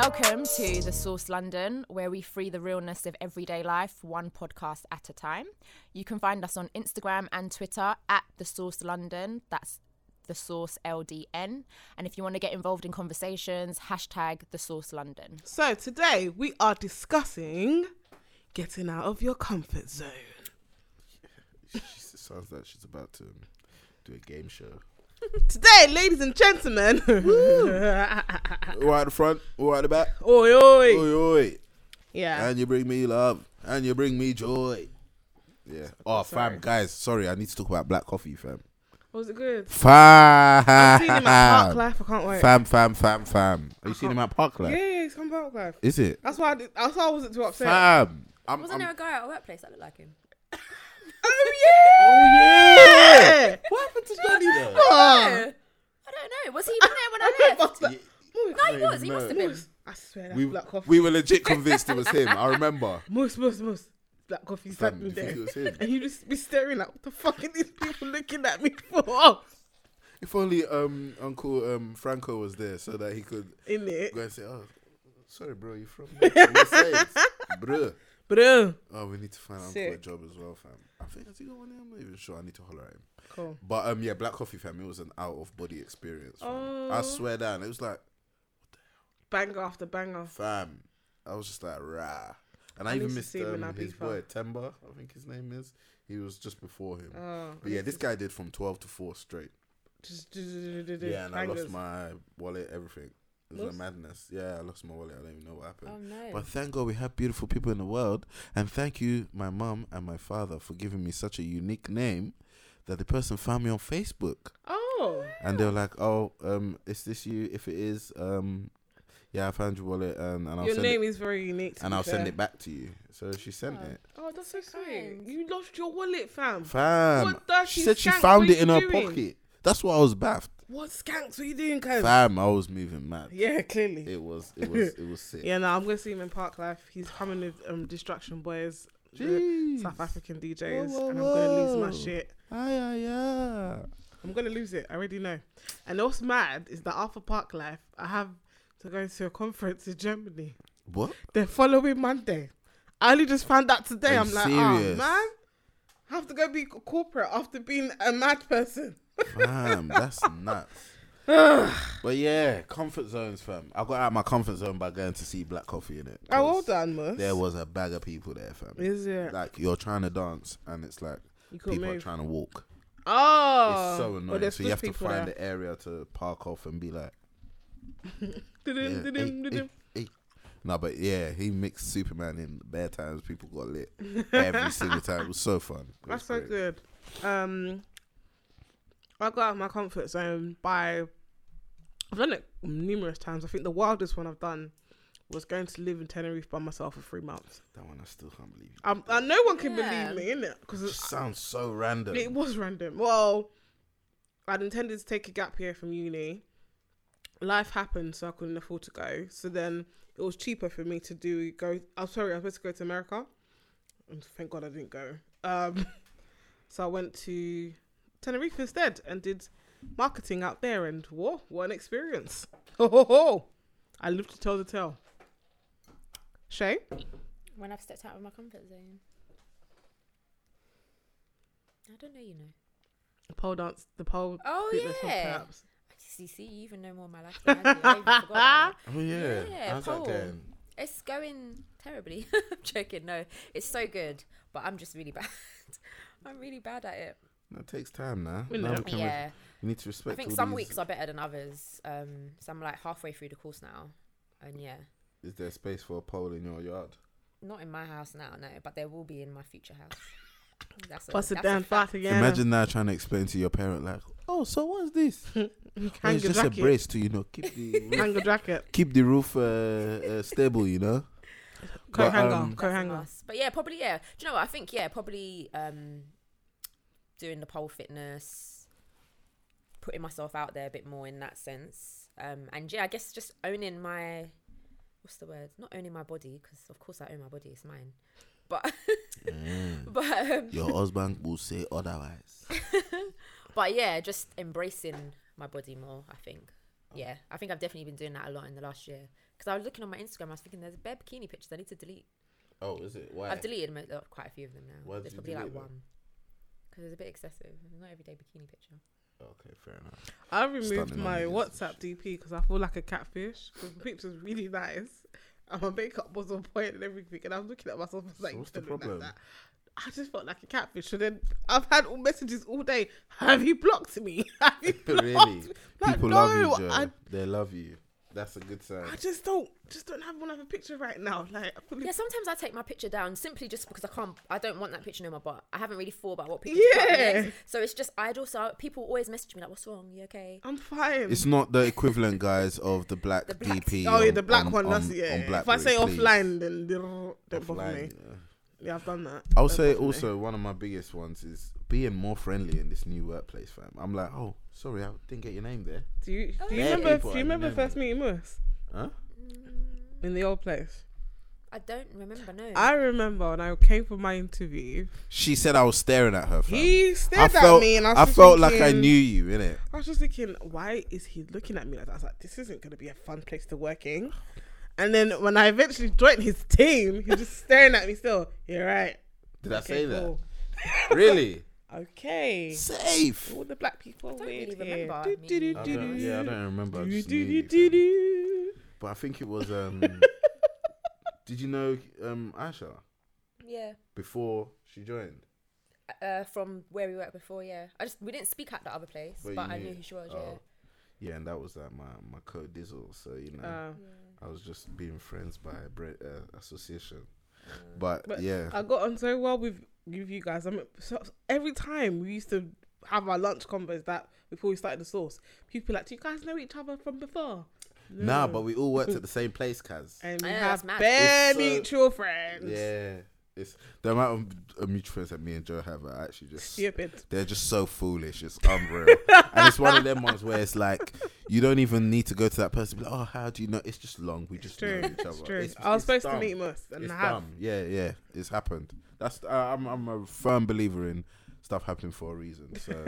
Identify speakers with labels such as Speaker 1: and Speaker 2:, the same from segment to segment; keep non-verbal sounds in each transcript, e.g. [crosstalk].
Speaker 1: to The Source London, where we free the realness of everyday life one podcast at a time. You can find us on Instagram and Twitter at The Source London. That's The Source LDN. And if you want to get involved in conversations, hashtag The Source London.
Speaker 2: So today we are discussing getting out of your comfort zone.
Speaker 3: She sounds like she's about to um, do a game show.
Speaker 2: Today, ladies and gentlemen, [laughs]
Speaker 3: All right, the front, all right, the back.
Speaker 2: oi oi,
Speaker 3: Oi, oi.
Speaker 2: yeah,
Speaker 3: And you bring me love, and you bring me joy. Yeah. Oh, fam, guys, sorry, I need to talk about black coffee, fam.
Speaker 2: was it good?
Speaker 3: Fam.
Speaker 2: I've seen him at Park Life. I can't wait.
Speaker 3: Fam, fam, fam, fam. Have you seen him at Park
Speaker 2: Yeah,
Speaker 3: Life?
Speaker 2: yeah, he's come Park Life.
Speaker 3: Is it?
Speaker 2: That's why. I, did, that's why I wasn't too upset.
Speaker 3: Fam. I'm,
Speaker 4: Wasn't
Speaker 3: I'm-
Speaker 4: there a guy at a workplace that looked like him?
Speaker 2: Oh yeah!
Speaker 3: [laughs]
Speaker 2: yeah.
Speaker 3: Oh, What happened to Johnny though?
Speaker 2: Oh.
Speaker 4: I don't know. Was he even there
Speaker 2: [laughs]
Speaker 4: when I left? No, he was. He
Speaker 3: No.
Speaker 4: must have been.
Speaker 2: I swear, that's
Speaker 3: We,
Speaker 2: black coffee.
Speaker 3: we were legit convinced it was him.
Speaker 2: [laughs]
Speaker 3: I remember.
Speaker 2: Most, most, most. Black coffee sat
Speaker 3: Fam,
Speaker 2: me
Speaker 3: you think
Speaker 2: there.
Speaker 3: it was him?
Speaker 2: And you just be staring like, what the fuck are these people looking at me for?
Speaker 3: If only um Uncle um Franco was there so that he could
Speaker 2: In it.
Speaker 3: go and say, "Oh, sorry, bro,
Speaker 2: [laughs]
Speaker 3: you from Mercedes, bro."
Speaker 2: Bro.
Speaker 3: Oh, we need to find Uncle a
Speaker 2: Sick.
Speaker 3: job as well, fam. I think has he got one here? I'm not even sure. I need to holler at him.
Speaker 2: Cool.
Speaker 3: But um, yeah, Black Coffee fam, it was an out of body experience. Fam. I
Speaker 2: Oh.
Speaker 3: swear down, it was like
Speaker 2: Banger after banger.
Speaker 3: fam. I was just like rah, and I,
Speaker 2: I
Speaker 3: even
Speaker 2: need to
Speaker 3: missed
Speaker 2: see him in
Speaker 3: um, his
Speaker 2: Ibiza.
Speaker 3: boy Temba. I think his name is. He was just before him.
Speaker 2: Oh.
Speaker 3: but yeah, this guy did from twelve to four straight.
Speaker 2: Just do, do, do, do, do.
Speaker 3: Yeah, and I
Speaker 2: Bangers.
Speaker 3: lost my wallet, everything. It was
Speaker 2: Lost?
Speaker 3: a madness. Yeah, I lost my wallet. I don't even know what happened.
Speaker 4: Oh no.
Speaker 3: But thank God we have beautiful people in the world. And thank you, my mum and my father, for giving me such a unique name that the person found me on Facebook.
Speaker 2: Oh.
Speaker 3: And they were like, oh, um, is this you? If it is, um, yeah, I found your wallet and, and I'll,
Speaker 2: Your
Speaker 3: send it,
Speaker 2: name is very unique. to
Speaker 3: and
Speaker 2: be
Speaker 3: I'll send
Speaker 2: fair.
Speaker 3: it back to you. So she sent it.
Speaker 2: Oh, that's so sweet.
Speaker 4: kind.
Speaker 2: You lost your wallet, fam.
Speaker 3: Fam.
Speaker 2: What does
Speaker 3: She
Speaker 2: she
Speaker 3: said she
Speaker 2: shank?
Speaker 3: found
Speaker 2: What
Speaker 3: it in
Speaker 2: you
Speaker 3: her
Speaker 2: doing?
Speaker 3: pocket. That's why I was baffed.
Speaker 2: What skanks were you doing, cuz?
Speaker 3: Fam, I was moving mad.
Speaker 2: Yeah, clearly.
Speaker 3: It was, it was, it
Speaker 2: [laughs]
Speaker 3: was sick.
Speaker 2: Yeah, no, I'm gonna see him in Park Life. He's coming with um Distraction Boys, the
Speaker 3: Jeez.
Speaker 2: South African DJs,
Speaker 3: Whoa, whoa,
Speaker 2: and I'm gonna lose my
Speaker 3: whoa.
Speaker 2: shit.
Speaker 3: Aye, aye, aye.
Speaker 2: I'm gonna lose it. I already know. And what's mad is that after Park Life, I have to go to a conference in Germany.
Speaker 3: What?
Speaker 2: The following Monday, I only just found out today.
Speaker 3: Are
Speaker 2: I'm
Speaker 3: you
Speaker 2: like, oh
Speaker 3: serious?
Speaker 2: man, I have to go be co- corporate after being a mad person. [laughs]
Speaker 3: Fam, that's nuts. but yeah, comfort zones, fam. I got out of my comfort zone by going to see Black Coffee in it.
Speaker 2: Oh, well done, Mus.
Speaker 3: There was a bag of people there, fam.
Speaker 2: Is it?
Speaker 3: Like you're trying to dance and it's like
Speaker 2: You couldn't
Speaker 3: people are
Speaker 2: move.
Speaker 3: trying to walk.
Speaker 2: oh,
Speaker 3: it's so
Speaker 2: Well,
Speaker 3: annoying.
Speaker 2: there's
Speaker 3: so you
Speaker 2: good
Speaker 3: have to
Speaker 2: people
Speaker 3: find
Speaker 2: there.
Speaker 3: the area to park off and be like, yeah,
Speaker 2: Du-dum, du-dum,
Speaker 3: eh, eh,
Speaker 2: du-dum.
Speaker 3: eh. no, but yeah, he mixed Superman in bare times. People got
Speaker 2: [laughs]
Speaker 3: lit every single time. It was so fun. It
Speaker 2: That's so
Speaker 3: was great.
Speaker 2: good. Um, I got out of my comfort zone by. I've done it numerous times. I think the wildest one I've done was going to live in Tenerife by myself for three months.
Speaker 3: That one I still can't believe. You.
Speaker 2: Um, and no one can
Speaker 4: Yeah.
Speaker 2: believe me in it
Speaker 3: It
Speaker 2: because
Speaker 3: just sounds so random.
Speaker 2: it was random. Well, I'd intended to take a gap year from uni. Life happened, so I couldn't afford to go. So then it was cheaper for me to do go. I'm sorry, I was supposed to go to America, and thank God I didn't go. Um, [laughs] so I went to Tenerife instead and did marketing out there, and whoa, what an experience! [laughs] Ho ho ho! I live to tell the tale. Shay,
Speaker 4: when I've stepped out of my comfort zone. I don't know, you know.
Speaker 2: the pole dance, the pole.
Speaker 4: Oh,
Speaker 2: fitness
Speaker 4: yeah.
Speaker 2: perhaps.
Speaker 4: [laughs] You see, you even know more of my [laughs] life than I do. I even forgot about that.
Speaker 3: Oh yeah,
Speaker 4: Yeah,
Speaker 3: how's that
Speaker 4: Paul.
Speaker 3: going?
Speaker 4: It's going terribly. [laughs] I'm joking. No, it's so good, but I'm just really [laughs] bad. I'm really bad at it.
Speaker 3: No, it takes time now.
Speaker 2: We
Speaker 3: Now
Speaker 2: know.
Speaker 3: we can re-
Speaker 4: yeah.
Speaker 3: we need to
Speaker 4: I
Speaker 3: respect.
Speaker 4: think
Speaker 3: all
Speaker 4: some
Speaker 3: these-
Speaker 4: weeks are better than others. Um, so I'm like halfway through the course now, and yeah,
Speaker 3: Is there space for a pole in your yard?
Speaker 4: not in my house now, no, but there will be in my
Speaker 3: [laughs]
Speaker 4: future house. That's a,
Speaker 2: Bust it
Speaker 4: that's a
Speaker 2: down,
Speaker 4: fact.
Speaker 2: fight again.
Speaker 3: Imagine now trying to explain to your parent like, "Oh, so what's this? Oh,
Speaker 2: Hang
Speaker 3: it's
Speaker 2: your
Speaker 3: just a
Speaker 2: jacket.
Speaker 3: brace to you know
Speaker 2: [laughs]
Speaker 3: keep the roof,
Speaker 2: Hang your jacket.
Speaker 3: keep the roof uh, uh, stable, you [laughs] know."
Speaker 2: Co
Speaker 3: But,
Speaker 2: hanger.
Speaker 3: um,
Speaker 2: co
Speaker 4: That's a
Speaker 2: hanger.
Speaker 4: must. But yeah, probably yeah. Do you know what I think? Yeah, probably um, doing the pole fitness, putting myself out there a bit more in that sense. Um, and yeah, I guess just owning my what's the word? Not owning my body because of course I own my body; it's mine. But [laughs] but um,
Speaker 3: Your husband will say otherwise.
Speaker 4: but yeah, just embracing my body more. I think yeah, I think I've definitely been doing that a lot in the last year. Because I was looking on my Instagram, I was thinking there's a bare bikini pictures I need to delete.
Speaker 3: Oh, is it? Why?
Speaker 4: I've deleted mo- uh, quite a few of them now.
Speaker 3: Why did
Speaker 4: there's
Speaker 3: you
Speaker 4: probably like
Speaker 3: delete them?
Speaker 4: one. Because it's a bit excessive. It's not everyday bikini picture.
Speaker 3: okay, fair enough. [laughs]
Speaker 2: I removed
Speaker 3: Stunning
Speaker 2: my
Speaker 3: on the
Speaker 2: WhatsApp DP because I feel like a catfish. 'cause the picture's really nice, and my makeup was on point and everything. And I was looking at myself I was like,
Speaker 3: So
Speaker 2: "You
Speaker 3: what's the
Speaker 2: don't look like
Speaker 3: problem?
Speaker 2: that." I just felt like a catfish. So then I've had all messages all day. Have you blocked me? [laughs] Have you blocked
Speaker 3: [laughs] really?
Speaker 2: me? Like,
Speaker 3: People love you,
Speaker 2: no,
Speaker 3: Joe.
Speaker 2: I,
Speaker 3: They love you. That's a good sign.
Speaker 2: I just don't, just don't have one other picture right now. Like, I feel
Speaker 4: Yeah,
Speaker 2: like-
Speaker 4: sometimes I take my picture down simply just because I can't, I don't want that picture no more, but I haven't really thought about what picture to put up
Speaker 2: Yeah.
Speaker 4: next. So it's just idle. So people always message me like, what's wrong? You okay?
Speaker 2: I'm fine.
Speaker 3: It's not the equivalent, guys, of the black
Speaker 4: The black-
Speaker 3: DP.
Speaker 2: oh yeah,
Speaker 3: on-
Speaker 2: the black
Speaker 3: on-
Speaker 2: one. that's
Speaker 3: on-
Speaker 2: yeah.
Speaker 3: on
Speaker 2: if I
Speaker 3: Blackberry,
Speaker 2: say
Speaker 3: please.
Speaker 2: offline, then don't bother me.
Speaker 3: Offline, yeah.
Speaker 2: Yeah, I've done that.
Speaker 3: I would
Speaker 2: Don't
Speaker 3: say
Speaker 2: bother me.
Speaker 3: also one of my biggest ones is being more friendly in this new workplace, fam. I'm like, oh, sorry, I didn't get your name there.
Speaker 2: Do you do you
Speaker 3: Yeah,
Speaker 2: remember?
Speaker 3: people
Speaker 2: Do you
Speaker 3: I
Speaker 2: remember
Speaker 3: know.
Speaker 2: first meeting Moose
Speaker 3: Huh?
Speaker 2: in the old place?
Speaker 4: I don't remember, no.
Speaker 2: I remember when I came for my interview,
Speaker 3: She said I was staring at her. Fam.
Speaker 2: he stared
Speaker 3: Um, I
Speaker 2: at
Speaker 3: felt,
Speaker 2: me, and I, was
Speaker 3: I
Speaker 2: just
Speaker 3: felt like I
Speaker 2: thinking-
Speaker 3: knew you, innit?
Speaker 2: I was just thinking, why is he looking at me like that? I was like, this isn't going to be a fun place to work in. And then when I eventually joined his team, he was
Speaker 3: [laughs]
Speaker 2: just staring at me still. You're right.
Speaker 3: Did I say that?
Speaker 2: cool.
Speaker 3: [laughs] Really?
Speaker 2: Okay.
Speaker 3: Safe.
Speaker 2: All the black people.
Speaker 4: don't
Speaker 2: weird
Speaker 4: really
Speaker 2: here.
Speaker 4: remember
Speaker 2: Do, do, do,
Speaker 3: I
Speaker 2: do,
Speaker 3: don't,
Speaker 2: do.
Speaker 3: yeah, I don't remember. I
Speaker 2: Do,
Speaker 3: just
Speaker 2: do,
Speaker 3: knew
Speaker 2: do,
Speaker 3: you,
Speaker 2: do,
Speaker 3: [laughs]
Speaker 2: do.
Speaker 3: fam. But I think it
Speaker 2: [laughs]
Speaker 3: was. Um, did you know um, Aisha
Speaker 4: yeah.
Speaker 3: before she joined?
Speaker 4: Uh, from where we worked before, yeah. I just, we didn't speak at that other place,
Speaker 3: But you
Speaker 4: but I
Speaker 3: knew-
Speaker 4: knew who she was,
Speaker 3: oh. Yeah, and that was like my my co dizzle. So you know,
Speaker 2: Uh,
Speaker 4: yeah.
Speaker 3: I was just being friends by bre- uh, association.
Speaker 4: yeah.
Speaker 3: But,
Speaker 2: Uh, But
Speaker 3: yeah,
Speaker 2: I got on so well with with you guys. I mean, so every time we used to have our lunch convos that before we started the source, people were like, do you guys know each other from before? No.
Speaker 3: nah. But we all worked at the
Speaker 2: [laughs]
Speaker 3: same place, Kaz.
Speaker 2: and we
Speaker 4: I know,
Speaker 2: have
Speaker 4: that's mad.
Speaker 2: bare
Speaker 3: It's so-
Speaker 2: mutual friends.
Speaker 3: Yeah, it's the amount of uh, mutual friends that me and Joe have are actually just
Speaker 2: Stupid.
Speaker 3: they're just so foolish. It's
Speaker 2: [laughs]
Speaker 3: unreal, and it's one of them ones where it's like you don't even need to go to that person. be like, oh, how do you know? It's just long. We just
Speaker 2: True.
Speaker 3: know each other.
Speaker 2: It's true.
Speaker 3: It's-
Speaker 2: I was
Speaker 3: it's
Speaker 2: supposed
Speaker 3: dumb.
Speaker 2: to meet Mus and
Speaker 3: It's
Speaker 2: I have.
Speaker 3: dumb. Yeah, yeah, it's happened. That's uh, I'm I'm a firm believer in stuff happening for a reason. So
Speaker 2: [laughs]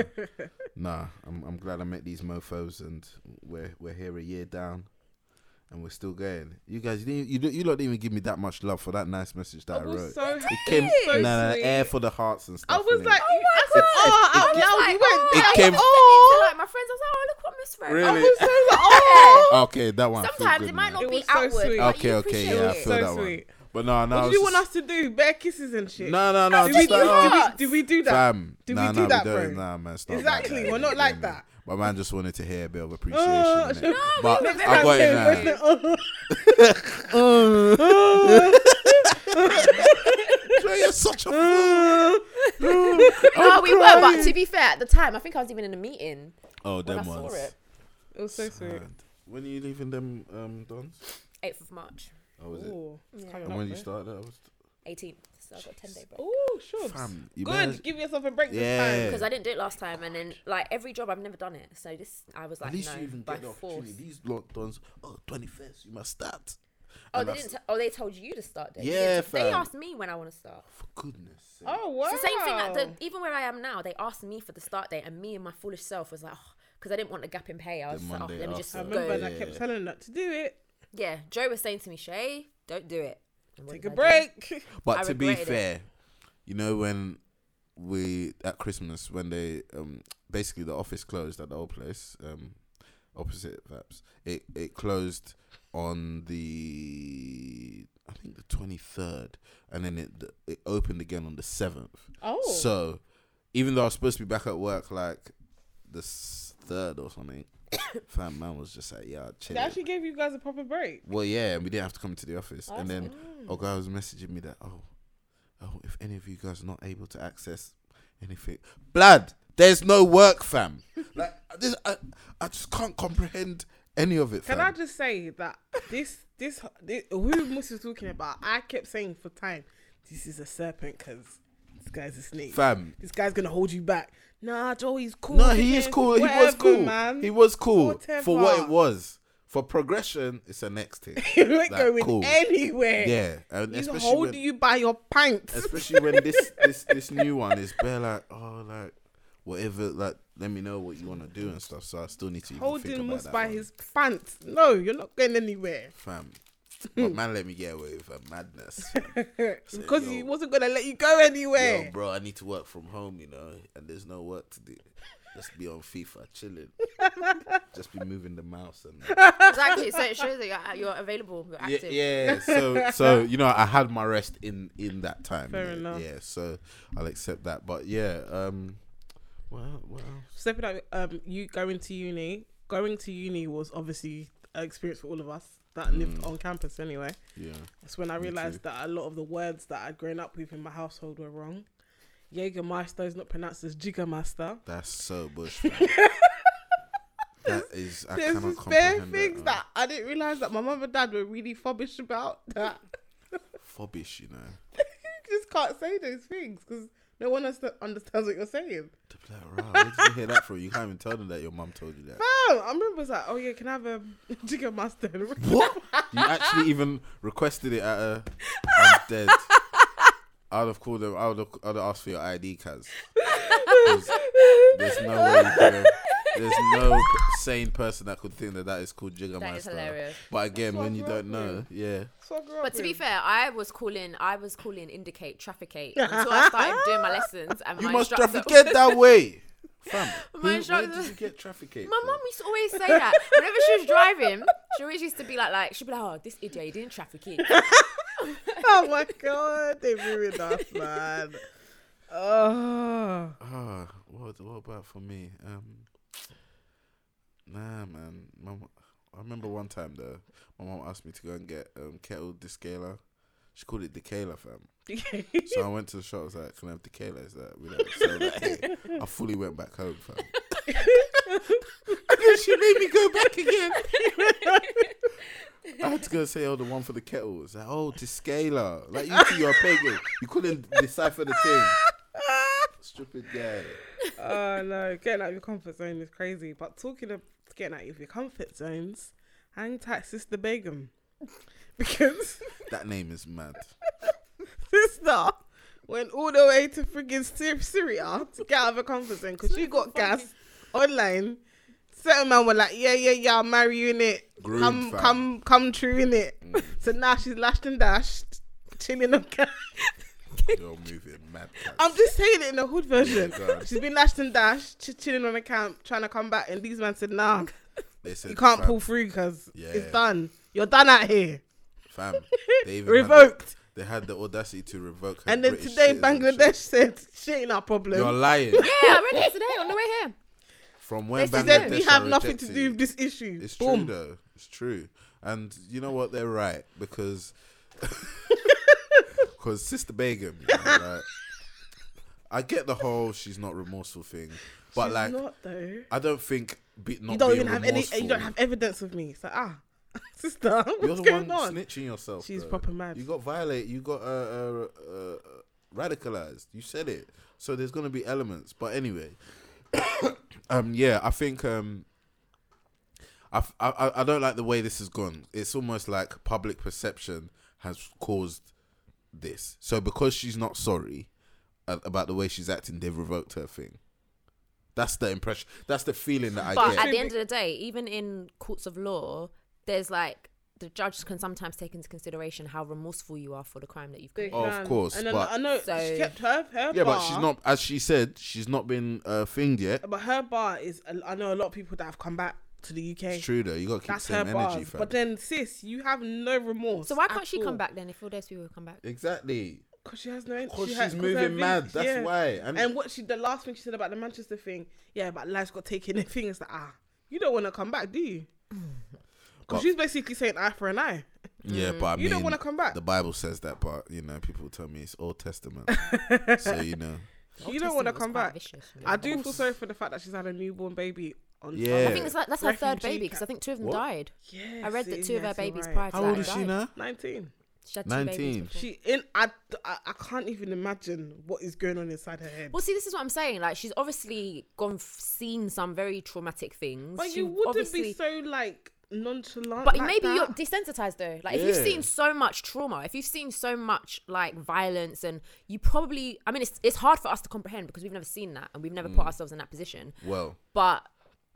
Speaker 3: nah, I'm I'm glad I met these mofo's and we're we're here a year down. And we're still going. You guys, you didn't, you, don't- you lot didn't even give me that much love for that nice message that I,
Speaker 2: I
Speaker 3: wrote.
Speaker 2: was so happy.
Speaker 3: It came
Speaker 2: so
Speaker 3: no, no, no,
Speaker 2: sweet.
Speaker 3: air for the hearts and stuff.
Speaker 2: I was
Speaker 3: innit?
Speaker 2: like,
Speaker 4: Oh my
Speaker 2: I said,
Speaker 4: God.
Speaker 2: oh, I
Speaker 4: It-
Speaker 2: was like,
Speaker 4: it-
Speaker 2: oh,
Speaker 3: it
Speaker 2: I was
Speaker 3: came-
Speaker 2: like,
Speaker 4: So,
Speaker 2: oh,
Speaker 4: like, my friends, I was like, oh, look what Miss Rose.
Speaker 3: Really?
Speaker 2: I
Speaker 3: [laughs]
Speaker 2: was so like, oh.
Speaker 3: okay, that one. I feel
Speaker 4: Sometimes
Speaker 3: good
Speaker 4: it might
Speaker 3: now.
Speaker 4: not
Speaker 2: It
Speaker 4: be
Speaker 2: was so
Speaker 4: outward.
Speaker 2: sweet.
Speaker 4: but you
Speaker 3: Okay, okay,
Speaker 4: appreciate
Speaker 3: yeah, I
Speaker 4: it.
Speaker 3: feel
Speaker 2: So
Speaker 3: that
Speaker 2: sweet.
Speaker 3: one. But no, no. I
Speaker 2: What
Speaker 3: was
Speaker 2: did you want
Speaker 3: just-
Speaker 2: us to do? Bare kisses and shit.
Speaker 3: No, no, no.
Speaker 2: Did we,
Speaker 3: it's just
Speaker 2: do,
Speaker 3: like, oh,
Speaker 2: that? did we do that?
Speaker 3: Fam,
Speaker 2: Do we
Speaker 3: nah,
Speaker 2: do
Speaker 3: nah,
Speaker 2: that,
Speaker 3: don't-
Speaker 2: bro?
Speaker 3: Nah, man, it's not
Speaker 2: Exactly,
Speaker 3: like
Speaker 2: we're not
Speaker 3: that, you
Speaker 2: like
Speaker 3: know what I
Speaker 2: that.
Speaker 3: mean? My man just wanted to hear a bit of appreciation.
Speaker 2: Oh,
Speaker 3: innit?
Speaker 2: no,
Speaker 3: but
Speaker 4: next
Speaker 3: I got
Speaker 2: Okay, [laughs]
Speaker 3: it now.
Speaker 2: let's do-
Speaker 3: Joe, [laughs] you're such a Oh,
Speaker 4: No, Oh, we were, but to be fair, at the time, I think I was even in a meeting
Speaker 3: Oh,
Speaker 4: when
Speaker 3: them
Speaker 4: I saw
Speaker 3: ones.
Speaker 4: it.
Speaker 2: It was so sweet.
Speaker 3: Sad. When are you leaving them um, dons?
Speaker 4: 8th of March.
Speaker 3: Oh, is it?
Speaker 2: Ooh, it's
Speaker 4: Yeah.
Speaker 2: coming
Speaker 3: And
Speaker 2: up,
Speaker 3: when you
Speaker 2: eh?
Speaker 3: start that, I was
Speaker 4: 18th. So I've got 10 day break.
Speaker 2: Ooh, sure.
Speaker 3: fam. You better-
Speaker 2: Good. Give yourself a break
Speaker 3: Yeah.
Speaker 2: this time.
Speaker 4: Because I didn't do it last time, and then, like, every job, I've never done it. So this, I was like,
Speaker 3: At least
Speaker 4: no,
Speaker 3: you even
Speaker 4: by
Speaker 3: get the
Speaker 4: force.
Speaker 3: opportunity. These lot dons. Oh, 21st, you must start.
Speaker 4: Oh,
Speaker 3: And
Speaker 4: they
Speaker 3: I-
Speaker 4: didn't. T- oh, they told you to start. They
Speaker 3: Yeah,
Speaker 4: didn't t- they
Speaker 3: fam.
Speaker 4: asked me when I want to start.
Speaker 3: For goodness' sake.
Speaker 2: Oh wow.
Speaker 4: It's the same thing. Like the, even where I am now, they asked me for the start date, and me and my foolish self was like, because I didn't want a gap in pay. I was just like, oh,
Speaker 3: Monday
Speaker 4: let me just
Speaker 2: I
Speaker 3: after.
Speaker 4: go.
Speaker 2: remember and I
Speaker 3: Yeah.
Speaker 2: kept telling her not to do it.
Speaker 4: Yeah, Joe was saying to me, Shay, don't do it. And what
Speaker 2: Take a
Speaker 4: did I do?
Speaker 2: break. [laughs]
Speaker 3: But
Speaker 4: I
Speaker 3: to be
Speaker 4: regretted it.
Speaker 3: fair, you know when we at Christmas when they um basically the office closed at the old place um opposite Vaps it it closed on the I think the twenty third and then it it opened again on the seventh.
Speaker 2: Oh.
Speaker 3: So even though I was supposed to be back at work like the s- third or something, [coughs] fam man was just like yeah chill.
Speaker 2: They actually gave you guys a proper break.
Speaker 3: Well, yeah, and we didn't have to come to the office. and then
Speaker 2: That's
Speaker 3: a guy was messaging me that, oh, oh, if any of you guys are not able to access anything, blood, there's no
Speaker 2: [laughs]
Speaker 3: work, fam. like this, I, I just can't comprehend any of it.
Speaker 2: Can
Speaker 3: fam.
Speaker 2: I just say that this this, this who Moose is talking about? I kept saying for time, this is a serpent because this guy's a snake.
Speaker 3: fam?
Speaker 2: This guy's gonna hold you back. Nah, Joey's cool.
Speaker 3: No, he is
Speaker 2: innit?
Speaker 3: cool. He was
Speaker 2: Whatever,
Speaker 3: cool.
Speaker 2: man. [laughs]
Speaker 3: He was cool for what it
Speaker 2: Whatever.
Speaker 3: was. For progression, it's the
Speaker 2: [laughs]
Speaker 3: next thing.
Speaker 2: You ain't
Speaker 3: Like,
Speaker 2: going
Speaker 3: cool.
Speaker 2: anywhere.
Speaker 3: Yeah, and
Speaker 2: He's
Speaker 3: especially
Speaker 2: holding
Speaker 3: when,
Speaker 2: you by your pants.
Speaker 3: especially when this this this new one is bare like, oh, like whatever. Like, let me know what you want to do and stuff. So I still need to even think
Speaker 2: Holding
Speaker 3: about
Speaker 2: Moss
Speaker 3: that
Speaker 2: by
Speaker 3: one.
Speaker 2: his pants. No, you're not going anywhere.
Speaker 3: fam. But man, let me get away with a
Speaker 2: [laughs]
Speaker 3: madness.
Speaker 2: Because
Speaker 3: yo.
Speaker 2: he wasn't going to let you go
Speaker 3: Yo,
Speaker 2: anywhere.
Speaker 3: bro, I need to work from home, you know, and there's no work to do. Just be on FIFA,
Speaker 2: [laughs]
Speaker 3: chilling. Just be moving the mouse and.
Speaker 1: exactly. So it shows that you're, you're available, you're
Speaker 3: [laughs] yeah,
Speaker 1: active.
Speaker 3: yeah. So so you know, I had my rest in in that time.
Speaker 2: Fair
Speaker 3: yeah,
Speaker 2: enough.
Speaker 3: Yeah. So I'll accept that. But yeah, um, well, well,
Speaker 2: Stepping up, um, you going to uni. Going to uni was obviously an experience for all of us that lived on campus anyway.
Speaker 3: yeah.
Speaker 2: That's when I
Speaker 3: Mm. Me
Speaker 2: realised
Speaker 3: too.
Speaker 2: that a lot of the words that I'd grown up with in my household were wrong. Jägermeister is not pronounced as Jiggermaster.
Speaker 3: That's so bush. man. that is. I
Speaker 2: There's
Speaker 3: cannot
Speaker 2: just bare
Speaker 3: comprehend
Speaker 2: things
Speaker 3: uh,
Speaker 2: that I didn't realise that my mum and dad were really fobbish about that [laughs]
Speaker 3: Fobbish, you know.
Speaker 2: you just can't say those things because no one else understands what you're saying.
Speaker 3: To play around. Where did you hear that from? You can't even tell them that your mum told you that.
Speaker 2: Oh, I remember it's like, oh yeah, can I have a [laughs] Jiggermaster?
Speaker 3: What? [laughs] You actually even requested it at a. I'm dead. I would have called them. I would have, I would have asked for your ID, cuz. 'Cause There's no way. You could have, there's no sane person that could think that that is called Jigger
Speaker 1: That is
Speaker 3: Master.
Speaker 1: hilarious.
Speaker 3: But again,
Speaker 2: what
Speaker 3: when
Speaker 2: I
Speaker 3: you
Speaker 2: grew
Speaker 3: don't
Speaker 2: up
Speaker 3: know, yeah,
Speaker 2: So I grew up
Speaker 1: But to be
Speaker 2: with.
Speaker 1: fair, I was calling, I was calling indicate, trafficate until I started doing my lessons and
Speaker 3: you
Speaker 1: my
Speaker 3: must
Speaker 1: instructor.
Speaker 3: trafficate that way. Fam, who, where
Speaker 1: instructor-
Speaker 3: did you get trafficate?
Speaker 1: [laughs] My
Speaker 3: from?
Speaker 1: mum used to always say that whenever she was driving, she always used to be like, like she'd be like, oh, this idiot he didn't traffic it.
Speaker 2: oh my god, they ruined
Speaker 1: [laughs]
Speaker 2: us, man. Oh,
Speaker 3: Ah, what what about for me? Um, nah, man. My, mu- I remember one time though, my mom asked me to go and get um kettle discaler. She called it decaler, fam. so I went to the shop. I was like, "Can I have decaler?" Is that we don't sell that here." I fully went back home, fam. and then she made me go back again. I had to go say, "Oh, the one for the kettle." It's like, "Oh, discaler." Like you two, you're pagan. You couldn't decipher the thing. Stupid guy.
Speaker 2: oh no, getting out of your comfort zone is crazy. But talking of getting out of your comfort zones, hang tight, Sister Begum, [laughs] because
Speaker 3: That name
Speaker 2: [laughs]
Speaker 3: is mad.
Speaker 2: Sister went all the way to friggin' Sy- Syria to get out of her comfort zone because she got gas online. Certain man were like, yeah, yeah, yeah, I'll marry you in it.
Speaker 3: Groomed,
Speaker 2: come,
Speaker 3: fam.
Speaker 2: come, come true in it. So now she's lashed and dashed, chilling on gas.
Speaker 3: You're moving mad. cats.
Speaker 2: I'm just saying it in the hood version.
Speaker 3: Yeah, go on.
Speaker 2: She's been lashed and dashed, ch- chilling on the camp, trying to come back, and these men said, "Nah,
Speaker 3: They said,
Speaker 2: you can't
Speaker 3: fam,
Speaker 2: pull through because
Speaker 3: Yeah.
Speaker 2: it's done. You're done out here, [laughs]
Speaker 3: Fam, they even Had
Speaker 2: revoked."
Speaker 3: the, they had the audacity to revoke her.
Speaker 2: And then
Speaker 3: British
Speaker 2: today,
Speaker 3: citizenship.
Speaker 2: Bangladesh [laughs] said, "She ain't our problem."
Speaker 3: You're lying.
Speaker 1: Yeah, I read it today on the way here.
Speaker 3: From when
Speaker 1: They
Speaker 2: She
Speaker 3: Bangladesh
Speaker 2: said, "We
Speaker 3: are
Speaker 2: have nothing to
Speaker 3: rejecting
Speaker 2: do
Speaker 3: you."
Speaker 2: with this issue."
Speaker 3: It's
Speaker 2: Boom.
Speaker 3: true though. It's true. And you know what? They're right
Speaker 2: [laughs]
Speaker 3: because because Sister Begum. you know, like, I get the whole she's not remorseful thing, but
Speaker 2: She's
Speaker 3: like
Speaker 2: not though.
Speaker 3: I don't think be, not
Speaker 2: You don't
Speaker 3: being
Speaker 2: even have any.
Speaker 3: remorseful.
Speaker 2: You don't have evidence of me. It's like, ah, [laughs] sister,
Speaker 3: You're
Speaker 2: what's
Speaker 3: the
Speaker 2: going
Speaker 3: one
Speaker 2: on?
Speaker 3: snitching yourself.
Speaker 2: She's
Speaker 3: though.
Speaker 2: proper mad.
Speaker 3: You got violate. You got uh, uh, uh, uh, radicalized. You said it. So there's gonna be elements. But anyway, [coughs] um, yeah, I think um, I, f- I- I I don't like the way this has gone. It's almost like public perception has caused this. So because she's not sorry a- about the way she's acting, they've revoked her thing. That's the impression. That's the feeling that I
Speaker 1: But
Speaker 3: get.
Speaker 1: at the end of the day, even in courts of law, there's like the judge can sometimes take into consideration how remorseful you are for the crime that you've
Speaker 2: They
Speaker 1: committed.
Speaker 3: Of
Speaker 2: can.
Speaker 3: course,
Speaker 2: And then
Speaker 3: but-
Speaker 2: I know
Speaker 1: So-
Speaker 2: she kept her her
Speaker 3: yeah, but
Speaker 2: bar.
Speaker 3: she's not. As she said, she's not been uh, thinged yet.
Speaker 2: But her bar is. I know a lot of people that have come back to the UK.
Speaker 3: It's true though. You gotta keep
Speaker 2: That's
Speaker 3: the
Speaker 2: her
Speaker 3: same energy,
Speaker 2: bars.
Speaker 3: fam.
Speaker 2: But then, sis, you have no remorse.
Speaker 1: So why can't
Speaker 2: at
Speaker 1: she come
Speaker 2: all.
Speaker 1: back then? If all those people come back,
Speaker 3: exactly.
Speaker 2: Because she has no.
Speaker 3: Because
Speaker 2: she
Speaker 3: she's
Speaker 2: ha- her
Speaker 3: moving
Speaker 2: views-
Speaker 3: mad. That's
Speaker 2: yeah.
Speaker 3: why. And,
Speaker 2: And what she, the last thing she said about the Manchester thing, yeah, but lives got taken. [laughs] The thing is that ah, you don't want to come back, do
Speaker 3: [sighs]
Speaker 2: you?
Speaker 3: But-
Speaker 2: Because she's basically saying eye for an eye.
Speaker 3: yeah, but I
Speaker 2: Mm. You don't
Speaker 3: mean,
Speaker 2: want to come back.
Speaker 3: The Bible says that, but you know, people tell me it's Old
Speaker 2: [laughs]
Speaker 3: Testament, so you
Speaker 4: [laughs]
Speaker 3: know.
Speaker 2: You don't want to
Speaker 1: Testament was quite
Speaker 2: come back.
Speaker 1: vicious, you know.
Speaker 2: I do feel sorry for the fact that she's had a newborn baby. On
Speaker 3: Yeah.
Speaker 1: I think it's like that's her third
Speaker 2: Refugee
Speaker 1: baby because I think two of them
Speaker 3: What?
Speaker 1: died.
Speaker 2: Yes,
Speaker 1: I read that
Speaker 2: it
Speaker 1: two of her
Speaker 2: is, you're
Speaker 1: babies
Speaker 2: right.
Speaker 1: prior to
Speaker 3: How
Speaker 1: that
Speaker 3: old is
Speaker 1: died.
Speaker 3: she now?
Speaker 2: Nineteen.
Speaker 1: She had two babies
Speaker 3: 19.
Speaker 1: before.
Speaker 2: She in. I, I I can't even imagine what is going on inside her head.
Speaker 1: Well, see, this is what I'm saying. Like, she's obviously gone f- seen some very traumatic things.
Speaker 2: But
Speaker 1: She
Speaker 2: you wouldn't
Speaker 1: obviously-
Speaker 2: be so like nonchalant.
Speaker 4: But
Speaker 2: like
Speaker 4: maybe
Speaker 2: that.
Speaker 4: you're desensitized though. Like if you've
Speaker 3: Yeah.
Speaker 4: seen so much trauma, if you've seen so much like violence, and you probably, I mean, it's it's hard for us to comprehend because we've never seen that and we've never
Speaker 3: Mm.
Speaker 4: put ourselves in that position.
Speaker 3: Well,
Speaker 4: But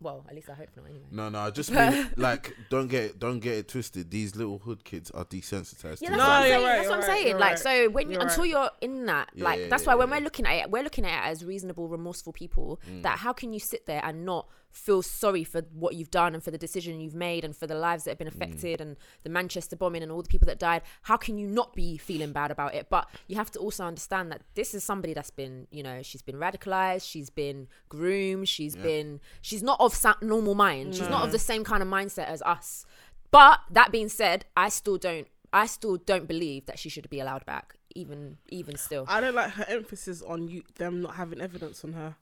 Speaker 4: well, at least I hope not. Anyway.
Speaker 3: no, no. I just
Speaker 4: [laughs]
Speaker 3: mean, like don't get don't get it twisted. These little hood kids are desensitized.
Speaker 4: Yeah,
Speaker 2: No,
Speaker 3: to
Speaker 4: that's what I'm
Speaker 3: that.
Speaker 2: you're right,
Speaker 4: saying. that's what I'm
Speaker 2: you're right,
Speaker 4: saying.
Speaker 2: you're
Speaker 4: Like,
Speaker 2: right,
Speaker 4: so when
Speaker 2: you're
Speaker 4: until
Speaker 2: right.
Speaker 4: you're in that, like,
Speaker 3: Yeah,
Speaker 4: that's
Speaker 3: yeah,
Speaker 4: why when
Speaker 3: yeah.
Speaker 4: we're looking at it, we're looking at it as reasonable, remorseful people. That how can you sit there and not feel sorry for what you've done and for the decision you've made and for the lives that have been affected and the Manchester bombing and all the people that died? How can you not be feeling bad about it? But you have to also understand that this is somebody that's been, you know, she's been radicalized, she's been groomed, she's been, she's not of sa- normal mind, she's not of the same kind of mindset as us. But that being said, I still don't I still don't believe that she should be allowed back, even even still.
Speaker 2: I don't like her emphasis on you them not having evidence on her.